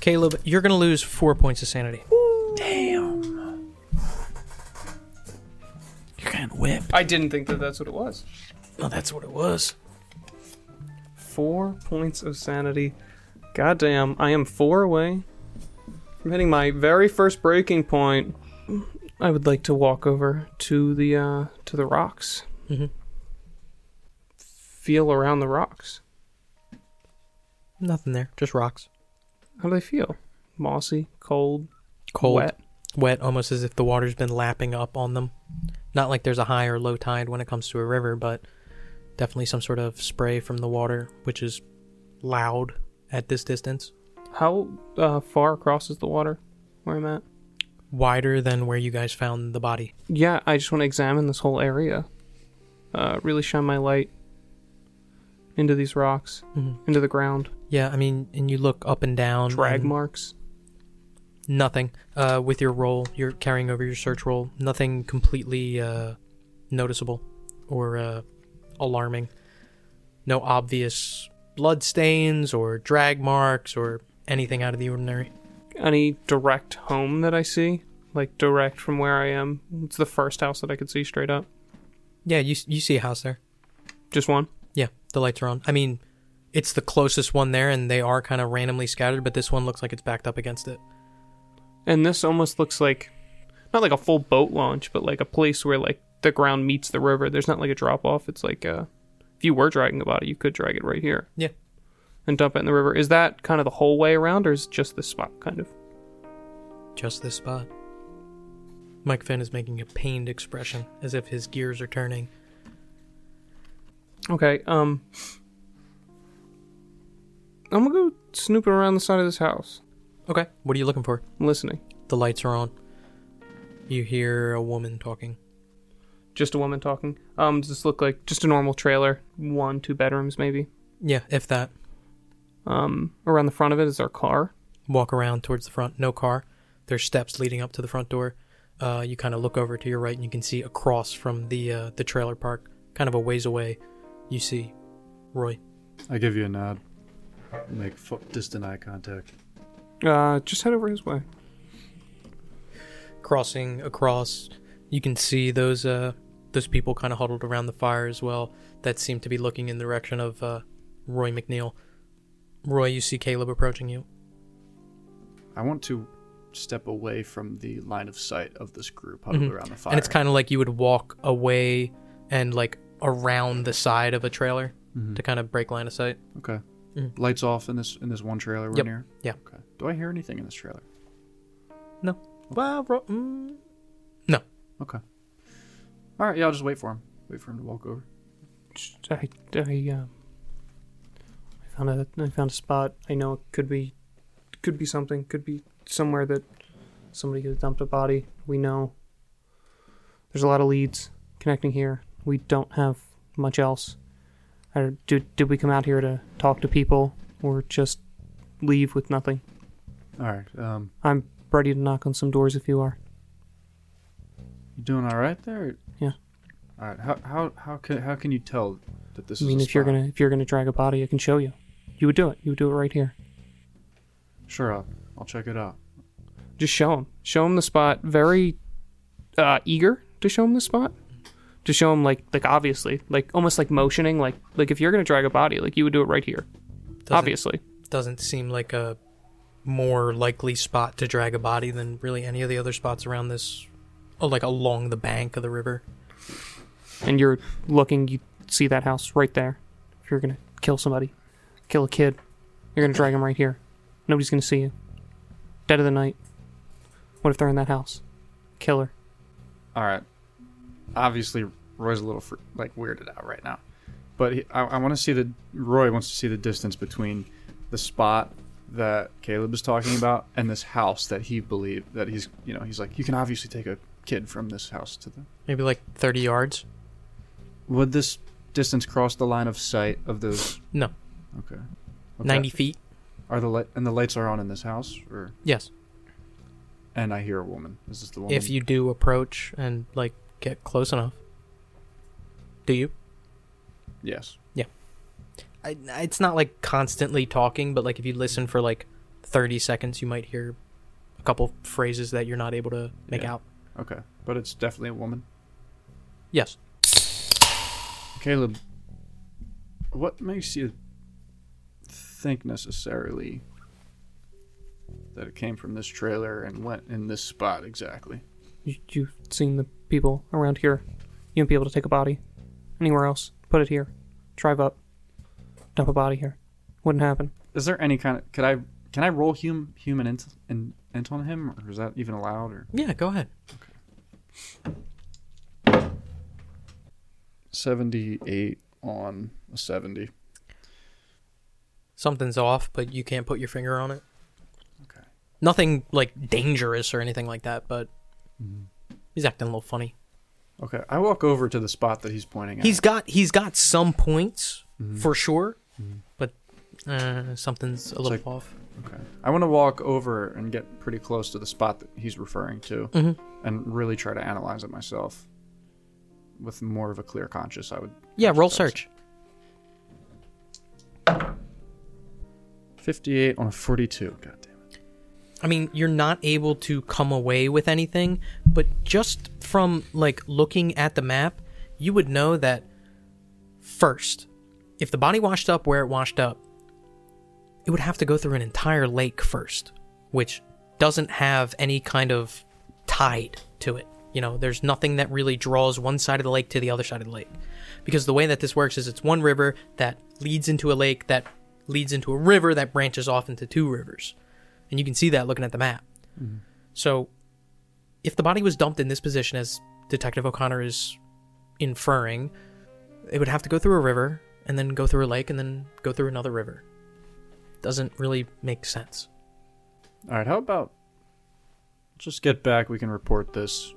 D: Caleb, you're going to lose four points of sanity.
E: You're getting whipped.
F: I didn't think that that's what it was.
D: Oh, that's what it was.
F: Four points of sanity. Goddamn, I am four away from hitting my very first breaking point. I would like to walk over to the uh, to the rocks.
D: Mhm.
F: Feel around the rocks.
D: Nothing there, just rocks.
F: How do they feel? Mossy, cold,
D: Cold,
F: wet.
D: wet, almost as if the water's been lapping up on them. Not like there's a high or low tide when it comes to a river, but definitely some sort of spray from the water, which is loud at this distance,
F: How uh, far across is the water where I'm at?
D: wider than where you guys found the body.
F: Yeah, I just want to examine this whole area. Uh, really shine my light into these rocks,
D: Mhm.
F: into the ground.
D: Yeah, I mean, and you look up and down.
F: Drag
D: and
F: marks.
D: Nothing. Uh, with your roll, you're carrying over your search roll. Nothing completely uh, noticeable or uh, alarming. No obvious blood stains or drag marks or anything out of the ordinary.
F: any direct home that I see, like direct from where I am. It's the first house that I could see straight up.
D: Yeah, you you see a house there.
F: Just one.
D: Yeah, the lights are on. I mean, it's the closest one there, and they are kind of randomly scattered. But this one looks like it's backed up against it.
F: And this almost looks like not like a full boat launch, but like a place where like the ground meets the river. There's not like a drop off. It's like uh if you were dragging a body, you could drag it right here.
D: Yeah.
F: And dump it in the river. Is that kind of the whole way around or is it just this spot kind of?
D: Just this spot. Mike Finn is making a pained expression, as if his gears are turning.
F: Okay, um I'm gonna go snooping around the side of this house.
D: Okay, what are you looking for?
F: I'm listening.
D: The lights are on. You hear a woman talking.
F: Just a woman talking. Um, does this look like just a normal trailer? One, two bedrooms maybe.
D: Yeah, if that.
F: Um, around the front of it is our car.
D: Walk around towards the front. No car. There's steps leading up to the front door. Uh, you kind of look over to your right, and you can see across from the uh, the trailer park, kind of a ways away. You see Roy.
H: I give you a nod. Make fu- distant eye contact.
F: Uh, just head over his way.
D: crossing across you can see those uh those people kind of huddled around the fire as well that seemed to be looking in the direction of uh, Roy McNeil. Roy, you see Caleb approaching you.
H: I want to step away from the line of sight of this group huddled around the fire.
D: Mm-hmm. And it's kind of like you would walk away and like around the side of a trailer
H: Mm-hmm.
D: to kind of break line of sight.
H: okay. Lights off in this in this one trailer we're
D: Yep.
H: near.
D: Yeah.
H: Okay. Do I hear anything in this trailer?
D: No. Well, Ro- mm, no.
H: Okay. All right. Yeah, I'll just wait for him. Wait for him to walk over.
F: I, I, um, I found a I found a spot. I know it could be, could be something. Could be somewhere that somebody could have dumped a body. We know. There's a lot of leads connecting here. We don't have much else. Or did did we come out here to talk to people or just leave with nothing?
H: All right. Um,
F: I'm ready to knock on some doors if you are.
H: you doing all right there?
F: Yeah.
H: All right. How how how can how can you tell that this
F: I
H: is?
F: mean,
H: a
F: if you're
H: spy?
F: gonna if you're gonna drag a body, I can show you. You would do it. You would do it right here.
H: Sure. I'll, I'll check it out.
F: just show him show him the spot very uh eager to show him the spot to show him like like obviously like almost like motioning like like if you're gonna drag a body like you would do it right here
D: Doesn't-
F: obviously
D: Doesn't seem like a more likely spot to drag a body than really any of the other spots around this, oh, like along the bank of the river.
F: and you're looking you see that house right there if you're gonna kill somebody kill a kid you're gonna drag him right here nobody's gonna see you dead of the night what if they're in that house killer
H: All right. Obviously, Roy's a little fr- like weirded out right now, but he, I, I want to see the Roy wants to see the distance between the spot that Caleb is talking about and this house that he believed that he's you know he's like you can obviously take a kid from this house to the
D: Maybe like 30 yards.
H: would this distance cross the line of sight of those
D: No,
H: okay,
D: 90 feet.
H: are the light and the lights are on in this house or
D: Yes.
H: and I hear a woman is this the woman
D: If you do approach and like get close enough. Do you?
H: yes
D: I, it's not like constantly talking, but like if you listen for like 30 seconds, you might hear a couple phrases that you're not able to make
H: Yeah.
D: out.
H: okay but it's definitely a woman
D: Yes.
H: Caleb, what makes you think necessarily that it came from this trailer and went in this spot exactly?
F: You, you've seen the people around here. You won't be able to take a body anywhere else. Put it here. Drive up. Dump a body here. Wouldn't happen.
H: Is there any kind of could I can I roll hum, human int, in, int on him or is that even allowed or
D: Yeah, go ahead.
H: seventy eight on a seventy?
D: Something's off, but you can't put your finger on it.
H: Okay.
D: Nothing like dangerous or anything like that, but
H: Mm-hmm.
D: he's acting a little funny.
H: Okay, I walk over to the spot that he's pointing at.
D: He's got he's got some points
H: Mm-hmm.
D: for sure, but uh, something's a little
H: like-
D: off.
H: Okay. I want to walk over and get pretty close to the spot that he's referring to and really try to analyze it myself with more of a clear conscience. I would.
D: Yeah, roll
H: That's-
D: search.
H: 58 on a 42. God damn it.
D: I mean, you're not able to come away with anything, but just from like looking at the map, you would know that first, if the body washed up where it washed up, it would have to go through an entire lake first, which doesn't have any kind of tide to it. You know, there's nothing that really draws one side of the lake to the other side of the lake. Because the way that this works is it's one river that leads into a lake that leads into a river that branches off into two rivers. And you can see that looking at the map. So, if the body was dumped in this position, as Detective O'Connor is inferring, it would have to go through a river and then go through a lake and then go through another river. Doesn't really make sense.
H: All right, how about just get back? We can report this.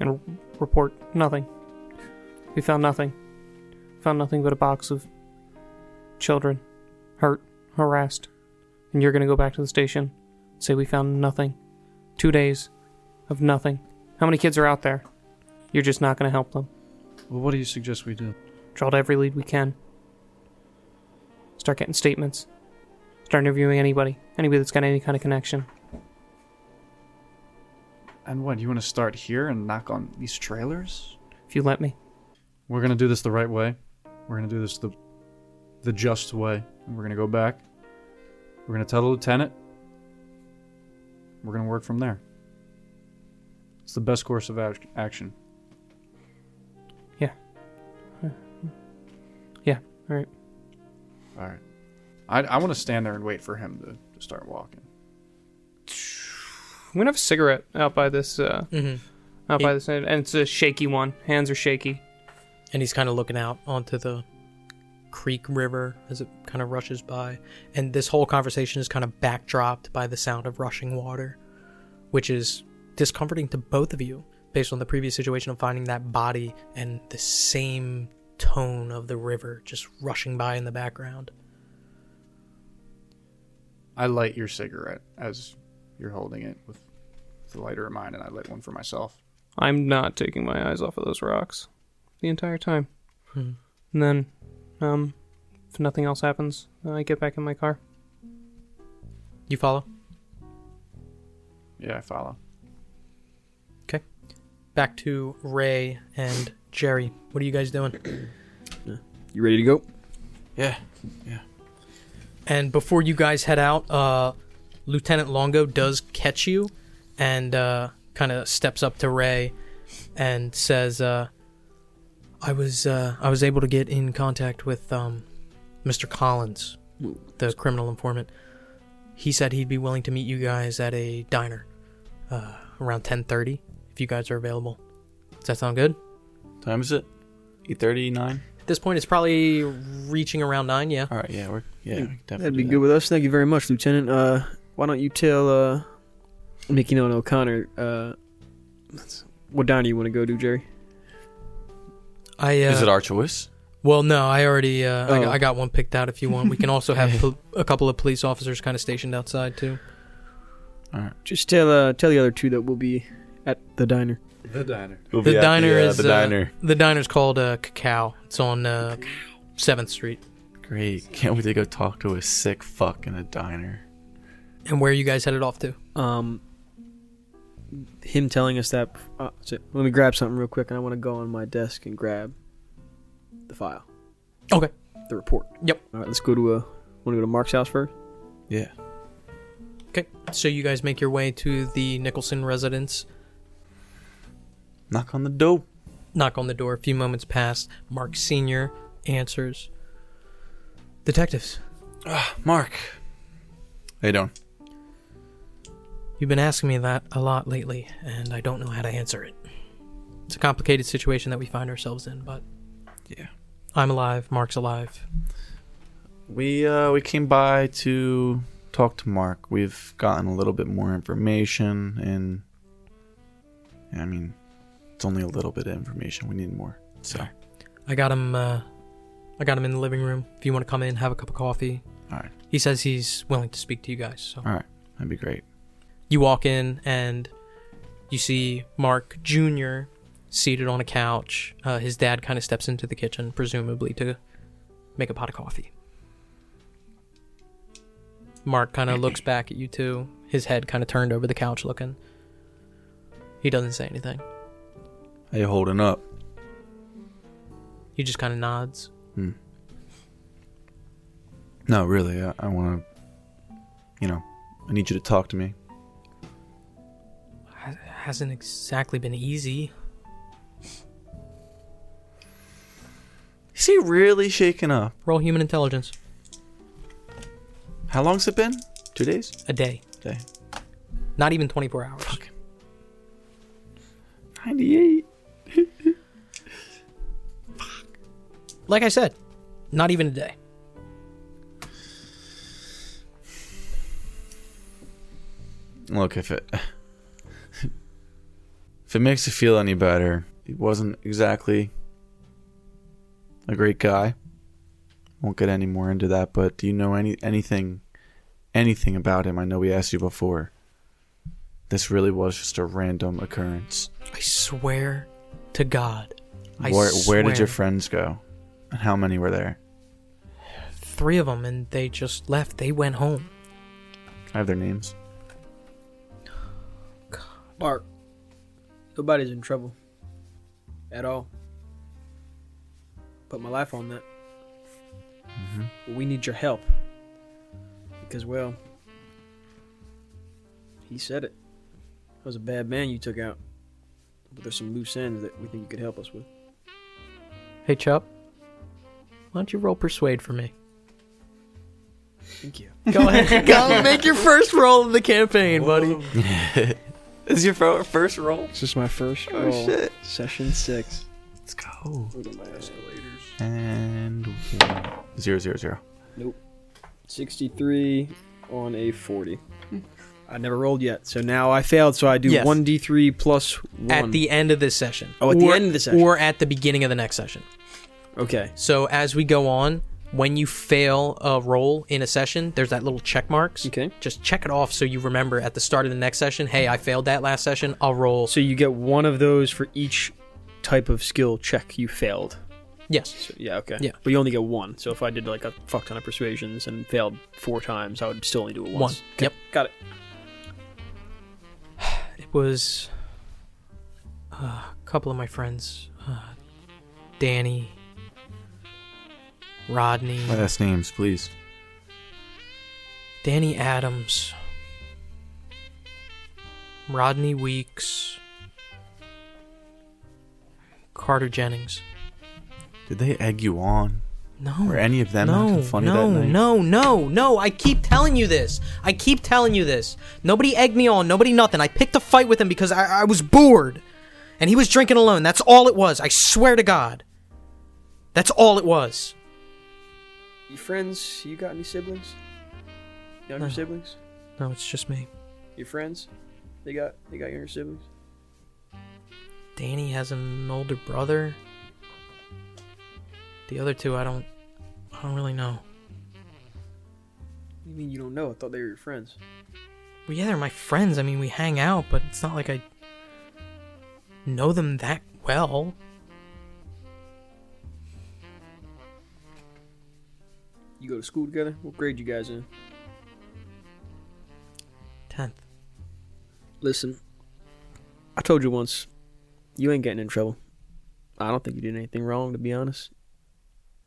F: And r- report nothing. We found nothing. Found nothing but a box of children, hurt, harassed. And you're gonna go back to the station, say we found nothing. Two days of nothing. How many kids are out there? You're just not gonna help them.
H: Well, what do you suggest we do?
F: Draw to every lead we can. Start getting statements. Start interviewing anybody, anybody that's got any kind of connection.
H: And what? You want to start here and knock on these trailers?
F: If you let me,
H: we're gonna do this the right way. We're gonna do this the the just way. And we're gonna go back. We're gonna tell the lieutenant. We're gonna work from there. It's the best course of ac- action. All right. I, I want to stand there and wait for him to, to start walking.
F: I'm gonna have a cigarette out by this uh
D: Mm-hmm.
F: out
D: Yeah.
F: by this and it's a shaky one. Hands are shaky.
D: and he's kind of looking out onto the creek river as it kind of rushes by and this whole conversation is kind of backdropped by the sound of rushing water which is discomforting to both of you based on the previous situation of finding that body and the same tone of the river just rushing by in the background
H: I light your cigarette as you're holding it with the lighter in mine, and I light one for myself.
F: I'm not taking my eyes off of those rocks the entire time.
D: Mm-hmm.
F: And then, um, if nothing else happens, I get back in my car.
D: you follow
H: Yeah, I follow.
D: back to ray and jerry what are you guys doing
G: You ready to go?
E: Yeah.
D: And before you guys head out, uh, Lieutenant Longo does catch you and uh, kind of steps up to Ray and says, uh, "I was uh, I was able to get in contact with um, Mr. Collins, the criminal informant. He said he'd be willing to meet you guys at a diner uh, around 10:30 if you guys are available. Does that sound good?
E: Time is it? Eight thirty nine.
D: At this point, it's probably reaching around nine. Yeah.
E: All right. Yeah. We're yeah. we can
G: That'd
E: definitely
G: be
E: do
G: good with us. Thank you very much, Lieutenant. Uh, why don't you tell uh, Mickey and O'Connor uh, that's- what diner you want to go to, Jerry?
D: I uh,
E: Is it our choice?
D: Well, no, I already uh, I,
G: Oh.
D: got, I got one picked out. If you want, we can also have pol- a couple of police officers kind of stationed outside too.
G: Just tell uh, tell the other two that we'll be at the diner.
H: The diner.
E: We'll
D: The
E: be at
D: diner
E: uh,
D: is
E: the
D: uh,
E: diner.
D: The diner's called uh, Cacao. It's on uh, Seventh Street.
E: Great. Can't wait to go talk to a sick fuck in a diner.
D: And where are you guys headed off to?
G: Um, him telling us that. Uh, so let me grab something real quick, and I want to go on my desk and grab the file.
D: Okay.
G: The report.
D: Yep.
G: All right, let's go to uh, want to go to Mark's house first.
E: Yeah.
D: Okay. So you guys make your way to the Nicholson residence.
E: Knock on the door.
D: Knock on the door. A few moments pass. Mark Senior answers. Detectives, Ah,
E: Mark. How you doing?
D: you've been asking me that a lot lately, and I don't know how to answer it. It's a complicated situation that we find ourselves in, but
E: Yeah.
D: I'm alive. Mark's alive.
E: We uh we came by to talk to Mark. We've gotten a little bit more information and I mean it's only a little bit of information. We need more. So
D: I got him. Uh, I got him in the living room. If you want to come in, have a cup of coffee.
E: All right.
D: He says he's willing to speak to you guys. So
E: that'd be great.
D: you walk in and you see Mark Jr. seated on a couch. Uh, his dad kind of steps into the kitchen, presumably to make a pot of coffee. Mark kind of looks back at you two. His head kind of turned over the couch, looking. He doesn't say anything.
E: How you holding up?
D: He just kind of nods.
E: No, really. I, I want to you know, I need you to talk to me.
D: Ha- hasn't exactly been easy.
E: Is he really shaken up?
D: Roll human intelligence.
E: How long's it been? 2 days?
D: A day.
E: Day.
D: Not even 24 hours. Fuck.
E: 98.
D: Like I said, not even a day.
E: Look, if it if it makes you feel any better, he wasn't exactly a great guy. Won't get any more into that, but do you know any anything anything about him? I know we asked you before. This really was just a random occurrence.
D: I swear to God. I
E: where where did
D: swear.
E: your friends go? And how many were there?
D: Three of them, and they just left. They went home.
E: I have their names.
G: Mark, nobody's in trouble at all. put my life on that. But we need your help. Because, well, he said it. That was a bad man you took out. But there's some loose ends that we think you could help us with.
D: Hey, Chubb. Why don't you roll persuade for me?
G: Thank you.
D: Go ahead. Go make your first roll of the campaign, buddy.
E: Is your fir- first roll?
G: This is my first
E: Oh, roll. shit.
G: Session six.
E: Let's go. And zero zero zero.
G: 63 on a 40.
E: Hmm.
G: I never rolled yet, so now I failed, so I do
D: Yes.
G: 1d3 plus 1.
D: At the end of this session.
G: Oh, at the
D: Or-
G: end of the session.
D: Or at the beginning of the next session.
G: okay.
D: So as we go on, when you fail a roll in a session, there's that little check marks.
G: Okay.
D: Just check it off so you remember at the start of the next session, hey, I failed that last session. I'll roll.
G: So you get one of those for each type of skill check you failed.
D: Yes.
G: So, yeah, okay.
D: Yeah.
G: But you only get one. So if I did like a fuck ton of persuasions and failed four times, I would still only do it
D: One.
G: once.
D: Yep.
G: Got it.
D: It was uh, a couple of my friends, uh, Danny, Rodney,
E: Last names, please.
D: Danny Adams, Rodney Weeks, Carter Jennings.
E: Did they egg you on?
D: No.
E: Were any of them
D: no,
E: acting funny
D: no,
E: that night?
D: no, no, no! I keep telling you this. I keep telling you this. Nobody egged me on. Nobody nothing. I picked a fight with him because I, I was bored, and he was drinking alone. That's all it was. I swear to God. That's all it was.
G: You friends, you got any siblings? Younger
D: No.
G: siblings?
D: No, it's just me.
G: Your friends? They got they got younger siblings?
D: Danny has an older brother. The other two, I don't, I don't really know.
G: What do you mean you don't know? I thought they were your friends.
D: Well, yeah, they're my friends. I mean, we hang out, but it's not like I know them that well.
G: You go to school together? What grade you guys in?
D: Tenth.
G: Listen, I told you once, you ain't getting in trouble. I don't think you did anything wrong, to be honest.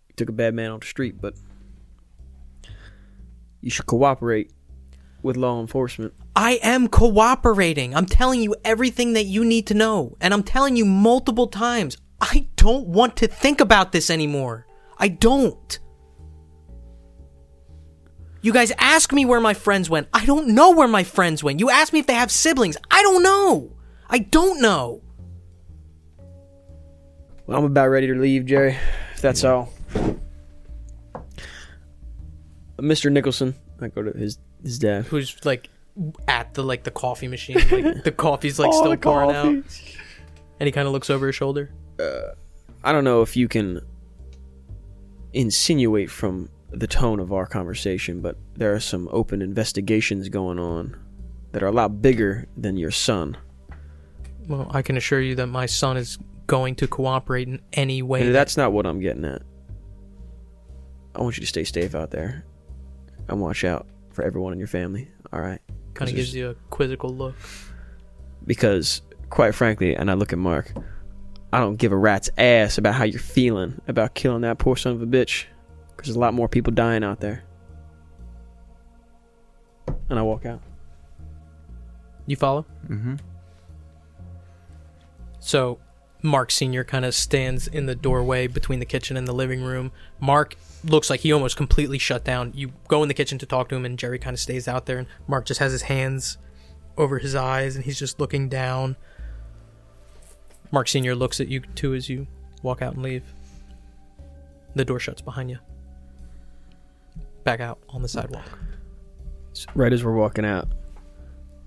G: You took a bad man off the street, but you should cooperate with law enforcement.
D: I am cooperating. I'm telling you everything that you need to know. And I'm telling you multiple times. I don't want to think about this anymore. I don't. You guys ask me where my friends went. I don't know where my friends went. You ask me if they have siblings. I don't know. I don't know.
G: Well, I'm about ready to leave, Jerry, if that's all. Mr. Nicholson, I go to his his dad.
D: Who's like at the like the coffee machine? Like the coffee's like still pouring out. And he kind of looks over his shoulder.
G: I don't know if you can insinuate from the tone of our conversation, but there are some open investigations going on that are a lot bigger than your son.
D: Well, I can assure you that my son is going to cooperate in any way.
G: And that's not what I'm getting at. I want you to stay safe out there and watch out for everyone in your family, all right?
D: kind of gives you a quizzical look.
G: Because, quite frankly, and I look at Mark, I don't give a rat's ass about how you're feeling about killing that poor son of a bitch. Because there's a lot more people dying out there. And I walk out.
D: You follow?
E: Mm-hmm.
D: So Mark Sr. kind of stands in the doorway between the kitchen and the living room. Mark looks like he almost completely shut down. You go in the kitchen to talk to him, and Jerry kind of stays out there, and Mark just has his hands over his eyes, and he's just looking down. Mark Sr. looks at you too as you walk out and leave. The door shuts behind you. Back out on the sidewalk.
G: S- Right as we're walking out.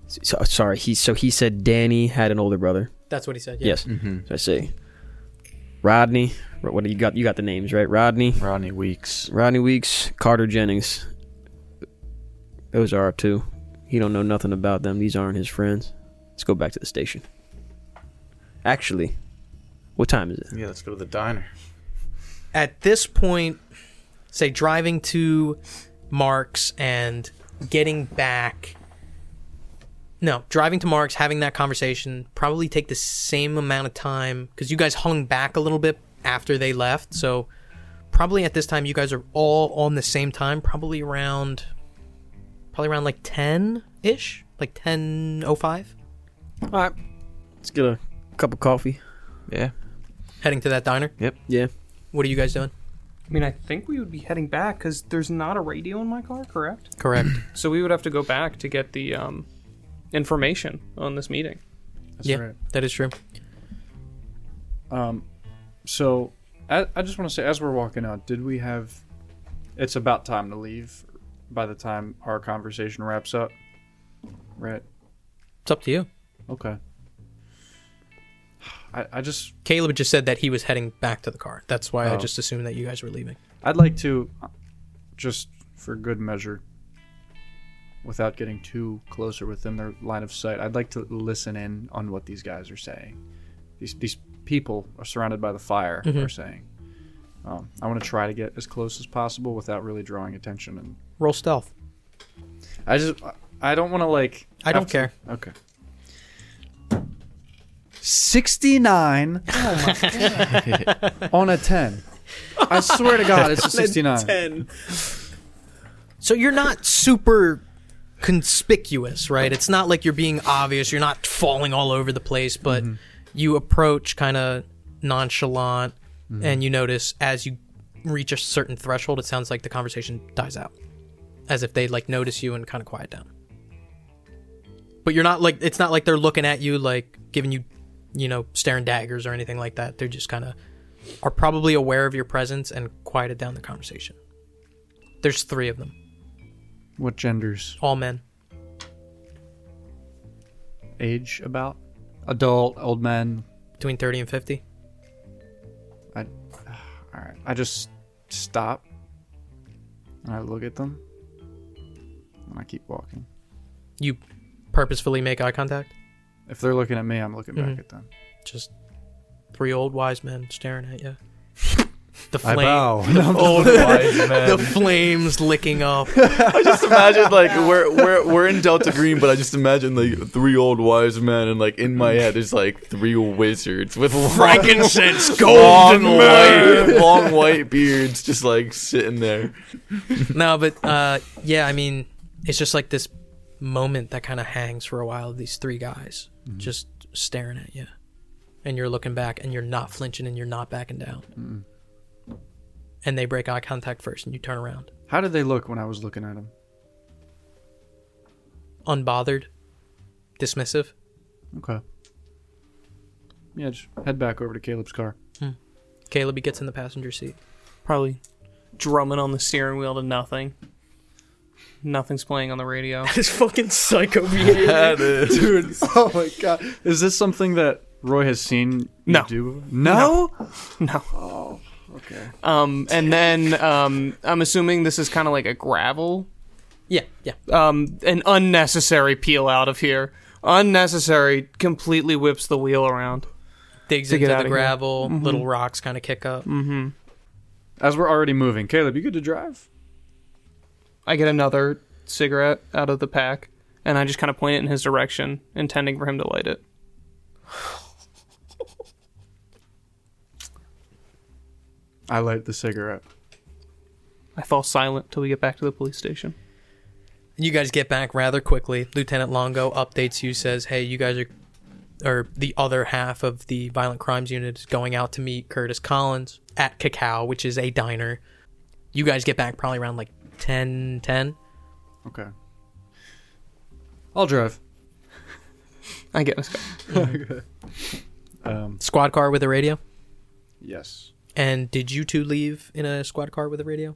G: S- So, sorry, he so he said Danny had an older brother.
D: That's what he said.
G: Yes.
D: Mm-hmm.
G: So I say Rodney. Ro- What do you got? You got the names right? Rodney,
E: Rodney Weeks.
G: Rodney Weeks, Carter Jennings. Those are our two. He don't know nothing about them. These aren't his friends. Let's go back to the station. Actually, what time is it?
E: Yeah, let's go to the diner.
D: at this point, say driving to Marks and getting back. No, driving to Marks, having that conversation, probably take the same amount of time because you guys hung back a little bit after they left. So probably at this time you guys are all on the same time, probably around probably around like 10-ish, like 10:05,
F: All right.
G: Let's get a cup of coffee.
E: Yeah.
D: heading to that diner.
G: Yeah.
D: What are you guys doing?
F: I mean, I think we would be heading back because there's not a radio in my car, correct?
D: Correct.
F: So we would have to go back to get the um, information on this meeting.
H: That's
D: Yeah.
H: right.
D: that is true.
H: Um, so I, I just want to say, as we're walking out, did we have? It's about time to leave. By the time our conversation wraps up, right?
D: It's up to you.
H: Okay. I, I just
D: Caleb just said that he was heading back to the car. That's why I
H: Oh.
D: just assumed that you guys were leaving.
H: I'd like to, uh, just for good measure, without getting too closer within their line of sight, I'd like to listen in on what these guys are saying. These these people are surrounded by the fire are saying. Um, I want to try to get as close as possible without really drawing attention, and
D: Roll stealth.
H: I just I- I don't want to like.
D: I don't
H: have to-
D: care.
H: Okay. Sixty nine on a ten. I swear to God, it's a sixty nine.
G: Ten.
D: So you're not super conspicuous, right? It's not like you're being obvious. You're not falling all over the place, but you approach kind of nonchalant, and you notice as you reach a certain threshold, it sounds like the conversation dies out, as if they like notice you and kind of quiet down. But you're not like it's not like they're looking at you like giving you, you know, staring daggers or anything like that. They're just kind of are probably aware of your presence and quieted down the conversation. There's three of them
H: What genders?
D: all men.
H: Age about? Adult, old men.
D: between 30 and 50
H: All right. I just stop and I look at them and I keep walking.
D: you purposefully make eye contact
H: If they're looking at me, I'm looking
D: Mm.
H: back at them.
D: just three old wise men staring at you the
H: I
D: flame
H: bow. No, I'm
D: old
E: Wise
D: the
E: man.
D: flames licking up
E: I just imagine like we're we're we're in Delta Green, but I just imagine like three old wise men, and like in my head there's like three wizards with frankincense, golden long white, long white beards, just like sitting there.
D: no but uh yeah i mean it's just like this moment that kind of hangs for a while of these three guys
H: Mm-hmm.
D: just staring at you and you're looking back and you're not flinching and you're not backing down and they break eye contact first and you turn around
H: How did they look when I was looking at them?
D: unbothered dismissive
H: Okay. Yeah, just head back over to Caleb's car.
D: caleb he gets in the passenger seat
F: Probably drumming on the steering wheel to nothing. Nothing's playing on the radio.
C: This fucking psycho behavior.
H: Dude, oh my god. Is this something that Roy has seen you
F: No.
H: do? No?
F: Um, and then um, I'm assuming this is kind of like a gravel,
D: yeah yeah
F: um, an unnecessary peel out of here. Unnecessary, completely whips the wheel around.
D: digs
F: to get
D: into
F: out
D: the
F: of here.
D: gravel, little rocks kind of kick up.
H: As we're already moving. Caleb, you good to drive?
F: I get another cigarette out of the pack, and I just kind of point it in his direction, intending for him to light it.
H: I light the cigarette.
F: I fall silent till we get back to the police station.
D: You guys get back rather quickly. Lieutenant Longo updates you, says, "Hey, you guys are, or the other half of the violent crimes unit is going out to meet Curtis Collins at Cacao, which is a diner." You guys get back probably around like 10, 10.
H: Okay. I'll drive.
F: I get in his car.
H: Um,
D: Squad car with a radio.
H: yes.
D: And did you two leave in a squad car with a radio?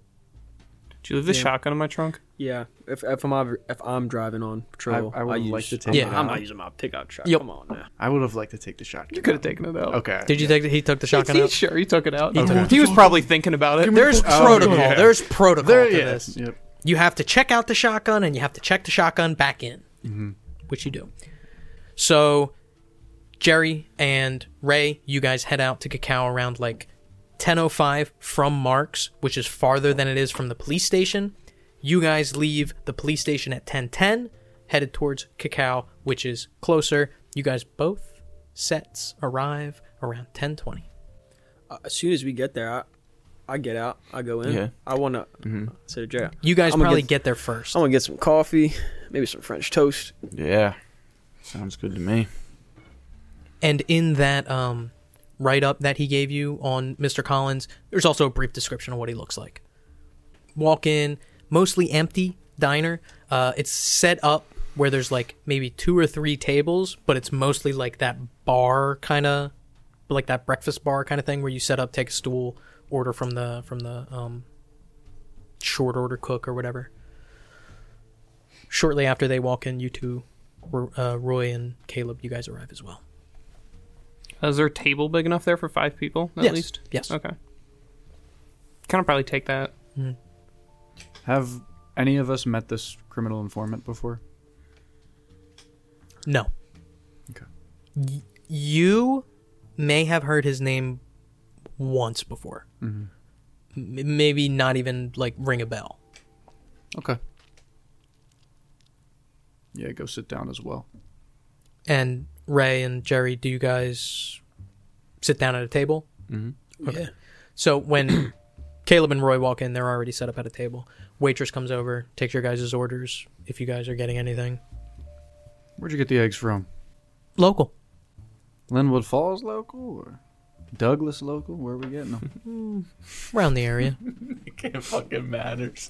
F: Did you leave the shotgun in my trunk?
G: Yeah. If, if I'm if I'm driving on patrol,
H: I- I would
G: use,
H: like to take
D: Yeah. it
G: I'm
H: out.
G: not using my pickup truck.
D: Yep.
G: Come on now.
H: I would have liked to take the shotgun.
F: You could have taken it out.
H: Okay.
D: Did you take? The, he took the shotgun
F: He-
D: out.
F: Sure, he took it out. He,
D: took it out.
F: he was probably thinking about it.
D: There's protocol.
H: yeah.
D: There's protocol
H: There,
D: to
H: yeah.
D: this.
H: Yep.
D: you have to check out the shotgun and you have to check the shotgun back in, which you do. So, Jerry and Ray, you guys head out to Cacao around like 10:05 from Marks, which is farther than it is from the police station. You guys leave the police station at 10:10, headed towards Cacao, which is closer. You guys both sets arrive around 10:20.
G: Uh, as soon as we get there, I, I get out. I go in.
E: Yeah.
G: I want to
H: Mm-hmm.
G: sit at jail.
D: You guys
G: I'ma
D: probably
G: get-
D: get there first.
G: I want to get some coffee, maybe some French toast.
E: Yeah. Sounds good to me.
D: And in that um, write up that he gave you on Mr. Collins, there's also a brief description of what he looks like. Walk in, mostly empty diner. Uh, it's set up where there's like maybe two or three tables, but it's mostly like that bar kind of, like that breakfast bar kind of thing where you set up, take a stool, order from the from the um, short order cook or whatever. Shortly after they walk in, you two, Ro- uh, Roy and Caleb, you guys arrive as well.
F: Is there a table big enough there for five people at
D: Yes.
F: least?
D: Yes.
F: Okay. Kind of probably take that.
H: Have any of us met this criminal informant before?
D: No.
H: Okay.
D: Y- you may have heard his name once before. Mm-hmm. M- maybe not even like ring a bell.
H: Okay. Yeah, go sit down as well.
D: And Ray and Jerry, do you guys sit down at a table? Mm-hmm. Okay. So when Caleb and Roy walk in, they're already set up at a table. Waitress comes over, takes your guys' orders if you guys are getting anything.
H: Where'd you get the eggs from?
D: Local.
H: Linwood Falls local or Douglas local? Where are we getting them?
D: Around the area.
E: It fucking matters.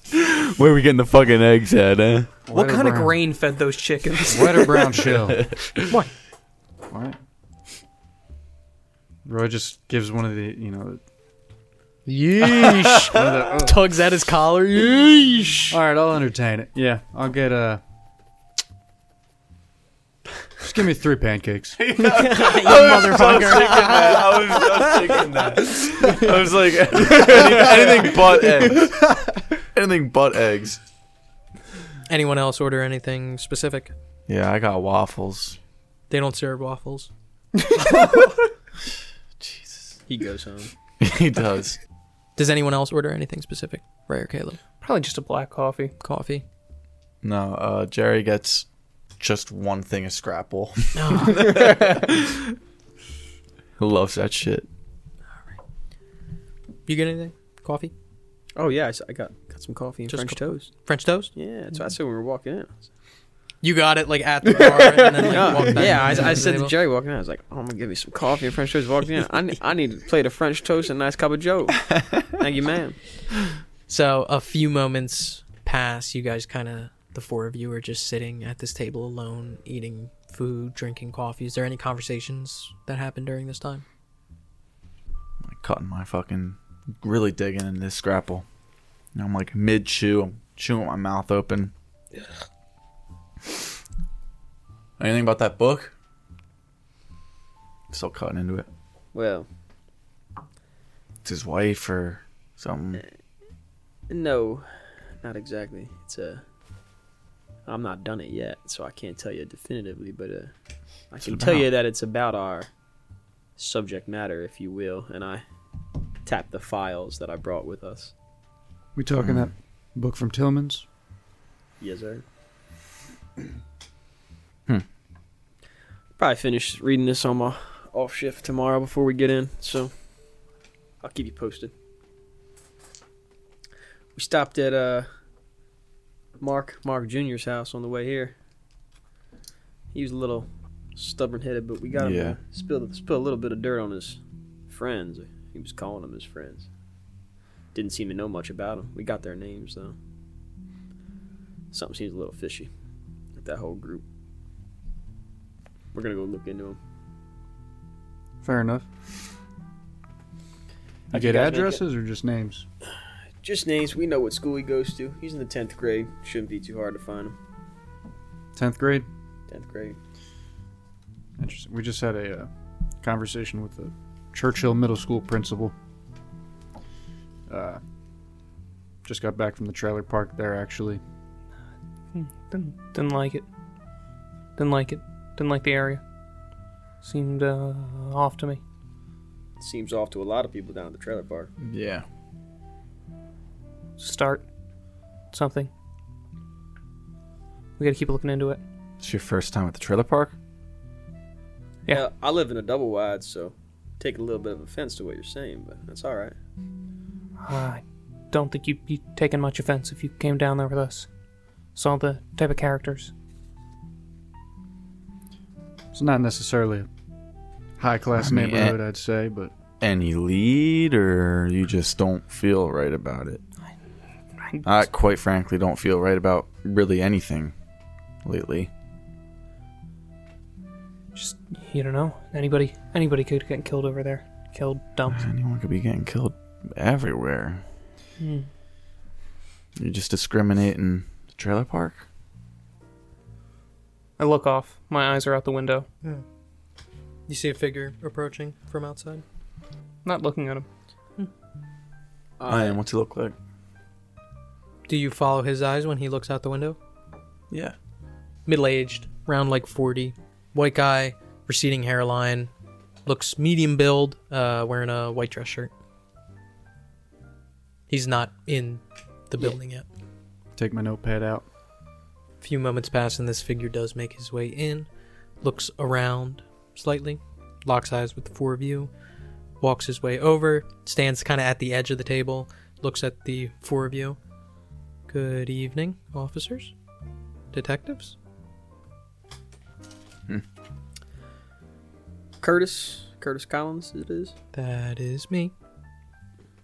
E: Where we getting the fucking eggs at, eh?
H: White
F: What
H: or
F: kind of
H: brown?
F: grain fed those chickens?
H: White or brown shell?
D: White.
H: White. Roy just gives one of the, you know,
D: Yeesh.
H: one of the,
D: Tugs at his collar. Yeesh.
H: all right, I'll entertain it. Yeah, I'll get Uh, just give me three pancakes.
E: I was just thinking that. I was like, anything but eggs. Anything but eggs.
D: Anyone else order anything specific?
E: Yeah, I got waffles.
D: They don't serve waffles.
G: He goes home.
E: he does.
D: Does anyone else order anything specific? Ray or Caleb?
F: probably just a black coffee.
D: Coffee?
E: No, uh, Jerry gets just one thing of scrapple.
D: No.
E: Who loves that shit?
D: you get anything? Coffee?
G: Oh yeah, I, s- I got got some coffee and
D: Just
G: French
D: co-
G: toast.
D: French toast?
G: Yeah, that's what I said when we were walking in.
D: You got it like at the bar and then like
G: Oh,
D: walked back
G: yeah,
D: to the
G: I, I said
D: table.
G: to Jerry walking in, I was like, oh, I'm gonna give me some coffee and French toast. Walking in, I need, I need to plate of French toast and a nice cup of Joe. Thank you, ma'am.
D: So a few moments pass. You guys kind of, the four of you are just sitting at this table alone, eating food, drinking coffee. Is there any conversations that happen during this time?
E: like cutting my fucking really digging into this scrapple. And I'm like mid chew, I'm chewing with my mouth open. Anything about that book? Still cutting into it.
G: Well,
E: It's his wife or something.
G: no, not exactly. It's a. I'm not done it yet, so I can't tell you definitively, but uh, I can
E: it
G: tell
E: about?
G: you that it's about our subject matter, if you will. And I tap the files that I brought with us.
H: We talking that book from Tillman's?
G: Yes, sir.
E: Hmm.
G: Probably finish reading this on my off shift tomorrow before we get in, so I'll keep you posted. We stopped at uh Mark Mark Jr.'s house on the way here. He was a little stubborn headed, but we got him
E: Yeah.
G: to spill spill a little bit of dirt on his friends. He was calling them his friends. Didn't seem to know much about them. We got their names though. Something seems a little fishy with that whole group. We're gonna go look into them.
H: Fair enough. You
G: How'd
H: get
G: you guys make it?
H: addresses or just names?
G: Just names. We know what school he goes to. He's in the tenth grade. Shouldn't be too hard to find him.
H: Tenth grade.
G: Tenth grade.
H: Interesting. We just had a uh, conversation with the Churchill Middle School principal. Uh, just got back from the trailer park there, actually.
F: Didn't, didn't like it. Didn't like it. Didn't like the area. Seemed uh, off to me.
G: Seems off to a lot of people down at the trailer park.
E: Yeah.
F: Start something. We gotta keep looking into it.
E: It's your first time at the trailer park?
F: Yeah.
G: Uh, I live in a double wide, so take a little bit of offense to what you're saying, but that's all right.
F: Uh, I don't think you'd be taking much offense if you came down there with us. Saw the type of characters.
H: It's not necessarily a high class
E: I mean,
H: neighborhood, I'd say, but
E: Any lead, or you just don't feel right about it? I quite frankly don't feel right about really anything lately.
F: Just you don't know. Anybody anybody could get killed over there. Killed, dumped.
E: Anyone could be getting killed everywhere.
F: Hmm.
E: You just discriminate in the trailer park?
F: I look off. My eyes are out the window.
D: You see a figure approaching from outside.
F: Not looking at him.
G: Uh,
E: I am. What's he look like?
D: Do you follow his eyes when he looks out the window?
E: Yeah.
D: Middle aged, round like 40, white guy, receding hairline, looks medium build, uh, wearing a white dress shirt. He's not in the building yet.
H: take my notepad out.
D: few moments pass and this figure does make his way in looks around slightly locks eyes with the four of you walks his way over stands kind of at the edge of the table looks at the four of you good evening officers detectives
G: Uh, Curtis, Curtis Collins, it is.
D: that is me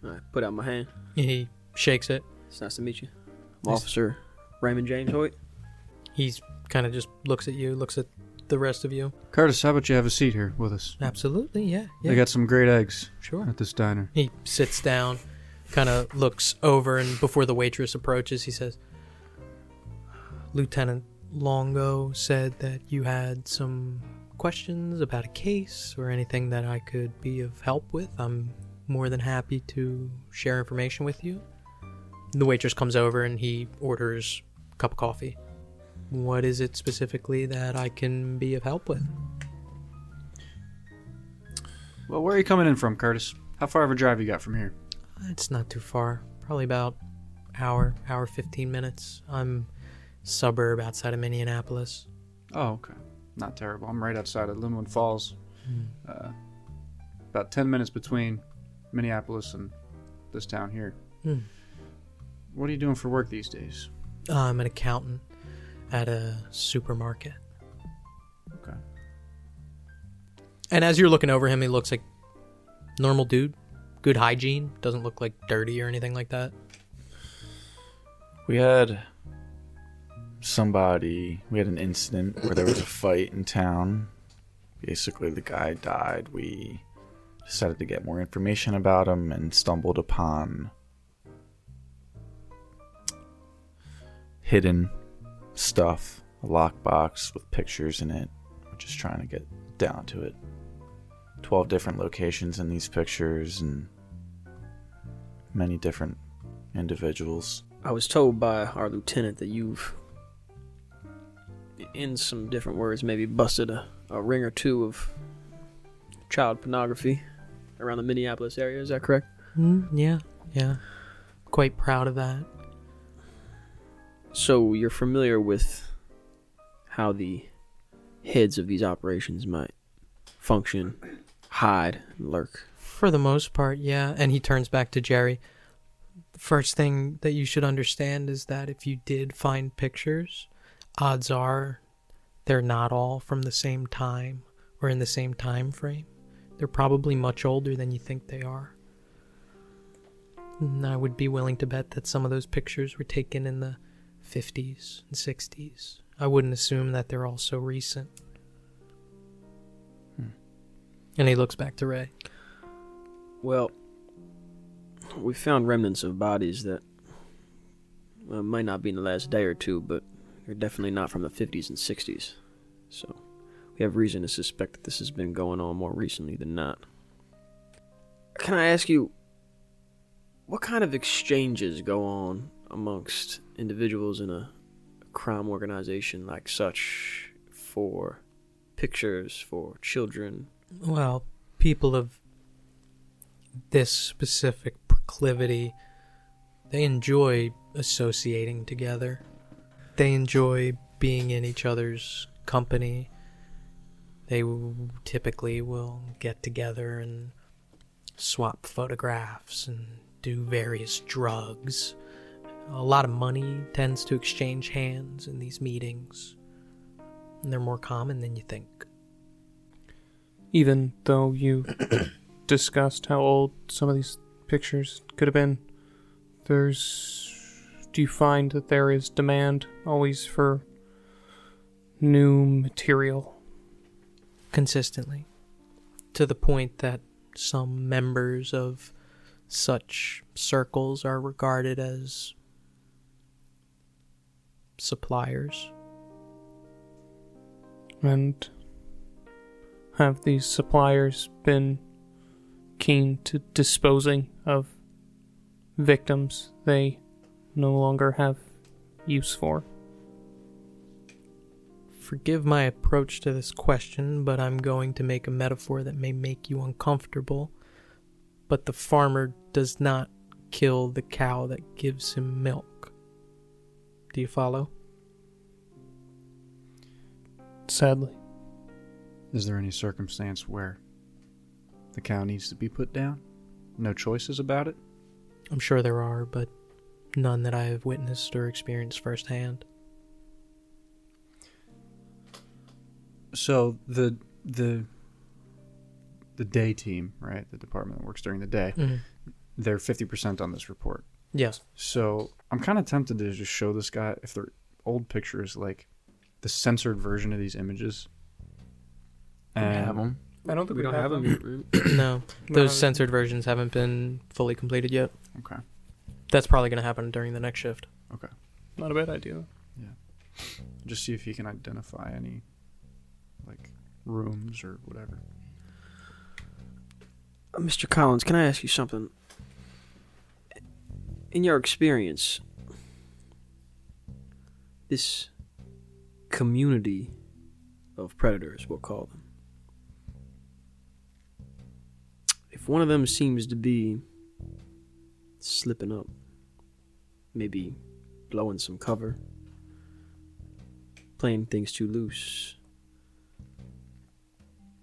G: I put out my hand.
D: he shakes it
G: It's nice to meet you. I'm
D: Nice-
G: Officer Raymond James Hoyt.
D: he's kind of just looks at you looks at the rest of you
H: Curtis, how about you have a seat here with us?
D: absolutely yeah yeah
H: They got some great eggs
D: sure
H: at this diner.
D: He sits down, kind of looks over, and before the waitress approaches, he says, Lieutenant Longo said that you had some questions about a case or anything that I could be of help with. I'm more than happy to share information with you. The waitress comes over and he orders a cup of coffee. What is it specifically that I can be of help with?
H: Well, where are you coming in from, Curtis? How far of a drive you got from here?
D: It's not too far. Probably about hour, hour fifteen minutes. I'm suburb outside of Minneapolis.
H: Oh, okay. Not terrible. I'm right outside of Linwood Falls. Uh, about 10 minutes between Minneapolis and this town here.
D: Hmm.
H: What are you doing for work these days?
D: Uh, I'm an accountant at a supermarket.
H: Okay.
D: And as you're looking over him, he looks like normal dude. Good hygiene. Doesn't look like dirty or anything like that.
E: We had somebody, we had an incident where there was a fight in town. Basically, the guy died. We decided to get more information about him and stumbled upon hidden stuff, a lockbox with pictures in it. We're just trying to get down to it. 12 different locations in these pictures and many different individuals.
G: I was told by our lieutenant that you've, in some different words, maybe busted a, a ring or two of child pornography around the Minneapolis area. Is that correct?
D: Mm, yeah, yeah. Quite proud of that.
G: So you're familiar with how the heads of these operations might function, hide, and lurk.
D: For the most part, yeah. And he turns back to Jerry. First thing that you should understand is that if you did find pictures, odds are they're not all from the same time or in the same time frame. They're probably much older than you think they are. And I would be willing to bet that some of those pictures were taken in the 50s and 60s. I wouldn't assume that they're all so recent. And he looks back to Ray.
G: Well, we found remnants of bodies that well, might not be in the last day or two, but they're definitely not from the 50s and 60s. So we have reason to suspect that this has been going on more recently than not. Can I ask you, what kind of exchanges go on amongst individuals in a crime organization like such for pictures, for children?
D: Well, people of this specific proclivity, they enjoy associating together. They enjoy being in each other's company. They w- typically will get together and swap photographs and do various drugs. A lot of money tends to exchange hands in these meetings, and they're more common than you think.
F: Even though you discussed how old some of these pictures could have been, there's. Do you find that there is demand always for new material?
D: consistently to the point that some members of such circles are regarded as suppliers.
F: And have these suppliers been keen to disposing of victims they no longer have use for?
D: Forgive my approach to this question, but I'm going to make a metaphor that may make you uncomfortable. But the farmer does not kill the cow that gives him milk. Do you follow?
F: Sadly.
H: Is there any circumstance where the cow needs to be put down? No choices about it?
D: I'm sure there are, but none that I have witnessed or experienced firsthand.
H: So the the the day team, right? The department that works during the day, they're fifty percent on this report.
D: Yes.
H: So I'm kind of tempted to just show this guy if they're old pictures, like the censored version of these images.
E: Have
H: And
E: 'em.
F: I don't think
G: We don't have them.
D: no,
F: No,
D: those
F: they-
D: censored versions haven't been fully completed yet.
H: okay,
D: That's probably going to happen during the next shift.
F: Not a bad idea.
H: just see if he can identify any like rooms or whatever.
G: Uh, Mr. Collins, can I ask you something? In your experience, this community of predators, we'll call them, if one of them seems to be slipping up, maybe blowing some cover, playing things too loose,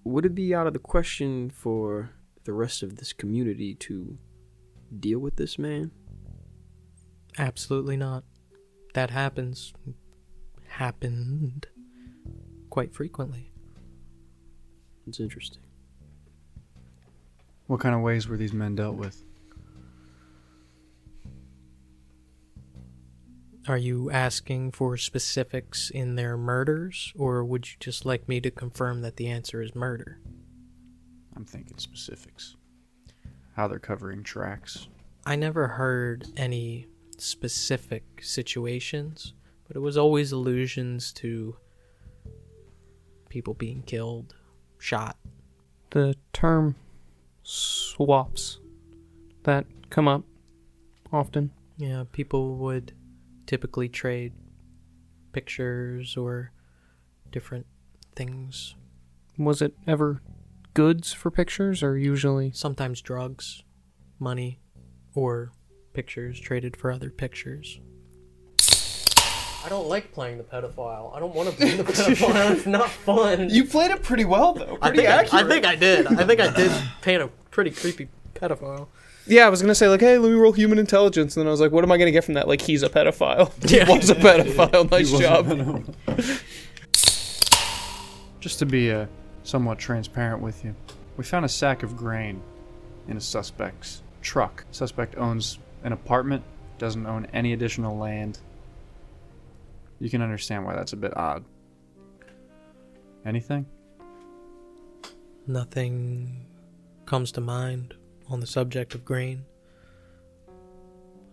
G: would it be out of the question for the rest of this community to deal with this man?
D: Absolutely not. That happens. Happened quite frequently.
G: It's interesting.
H: What kind of ways were these men dealt with?
D: Are you asking for specifics in their murders, or would you just like me to confirm that the answer is murder?
H: I'm thinking specifics. How they're covering tracks.
D: I never heard any specific situations, but it was always allusions to people being killed, shot.
F: the term swaps that come up often.
D: Yeah, people would typically trade pictures or different things,
F: Was it ever goods for pictures or usually
D: sometimes drugs, money, or pictures traded for other pictures. I don't like playing the pedophile. I don't want to play the pedophile. It's not fun.
C: You played it pretty well though.
D: I think I, I think I did. I think I did paint a pretty creepy pedophile.
F: Yeah, I was gonna say like, hey, let me roll human intelligence, and then I was like, what am I gonna get from that? Like, he's a pedophile.
D: Yeah.
F: he was a pedophile. Nice job.
H: Just to be uh, somewhat transparent with you, we found a sack of grain in a suspect's truck. Suspect owns an apartment, doesn't own any additional land. You can understand why that's a bit odd. Anything?
D: Nothing comes to mind on the subject of grain.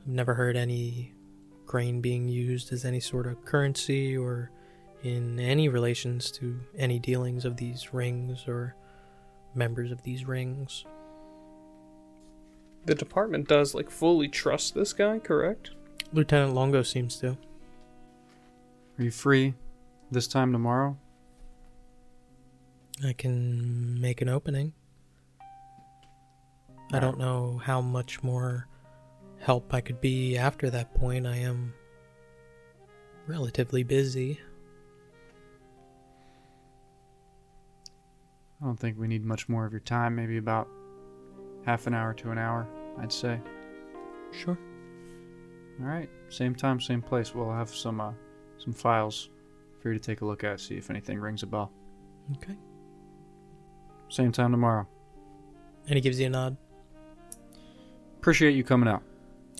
D: I've never heard any grain being used as any sort of currency or in any relations to any dealings of these rings or members of these rings.
F: The department does like fully trust this guy, correct?
D: Lieutenant Longo seems to.
H: Are you free this time tomorrow?
D: I can make an opening. I don't know how much more help I could be after that point. I am relatively busy.
H: I don't think we need much more of your time, maybe about half an hour to an hour, I'd say.
D: Sure.
H: All right. Same time, same place. We'll have some uh, some files for you to take a look at, see if anything rings a bell.
D: Okay.
H: Same time tomorrow.
D: And he gives you a nod.
H: Appreciate you coming out.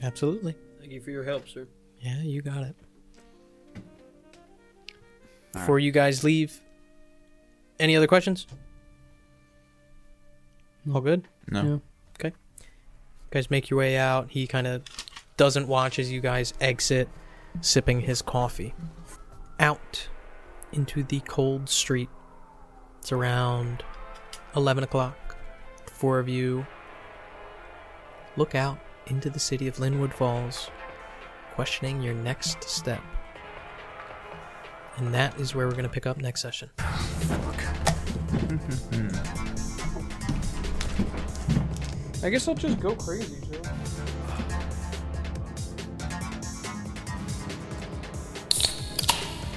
D: Absolutely.
G: Thank you for your help, sir.
D: Yeah, you got it.
H: right.
D: Before you guys leave, any other questions? All good?
E: No.
H: Yeah.
D: You guys make your way out. He kind of doesn't watch as you guys exit, sipping his coffee. Out into the cold street. It's around 11 o'clock. The four of you look out into the city of Linwood Falls, questioning your next step. And that is where we're going to pick up next session.
F: I guess I'll just go crazy, too.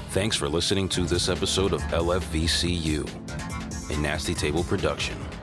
A: Thanks for listening to this episode of LFVCU, a Nasty Table production.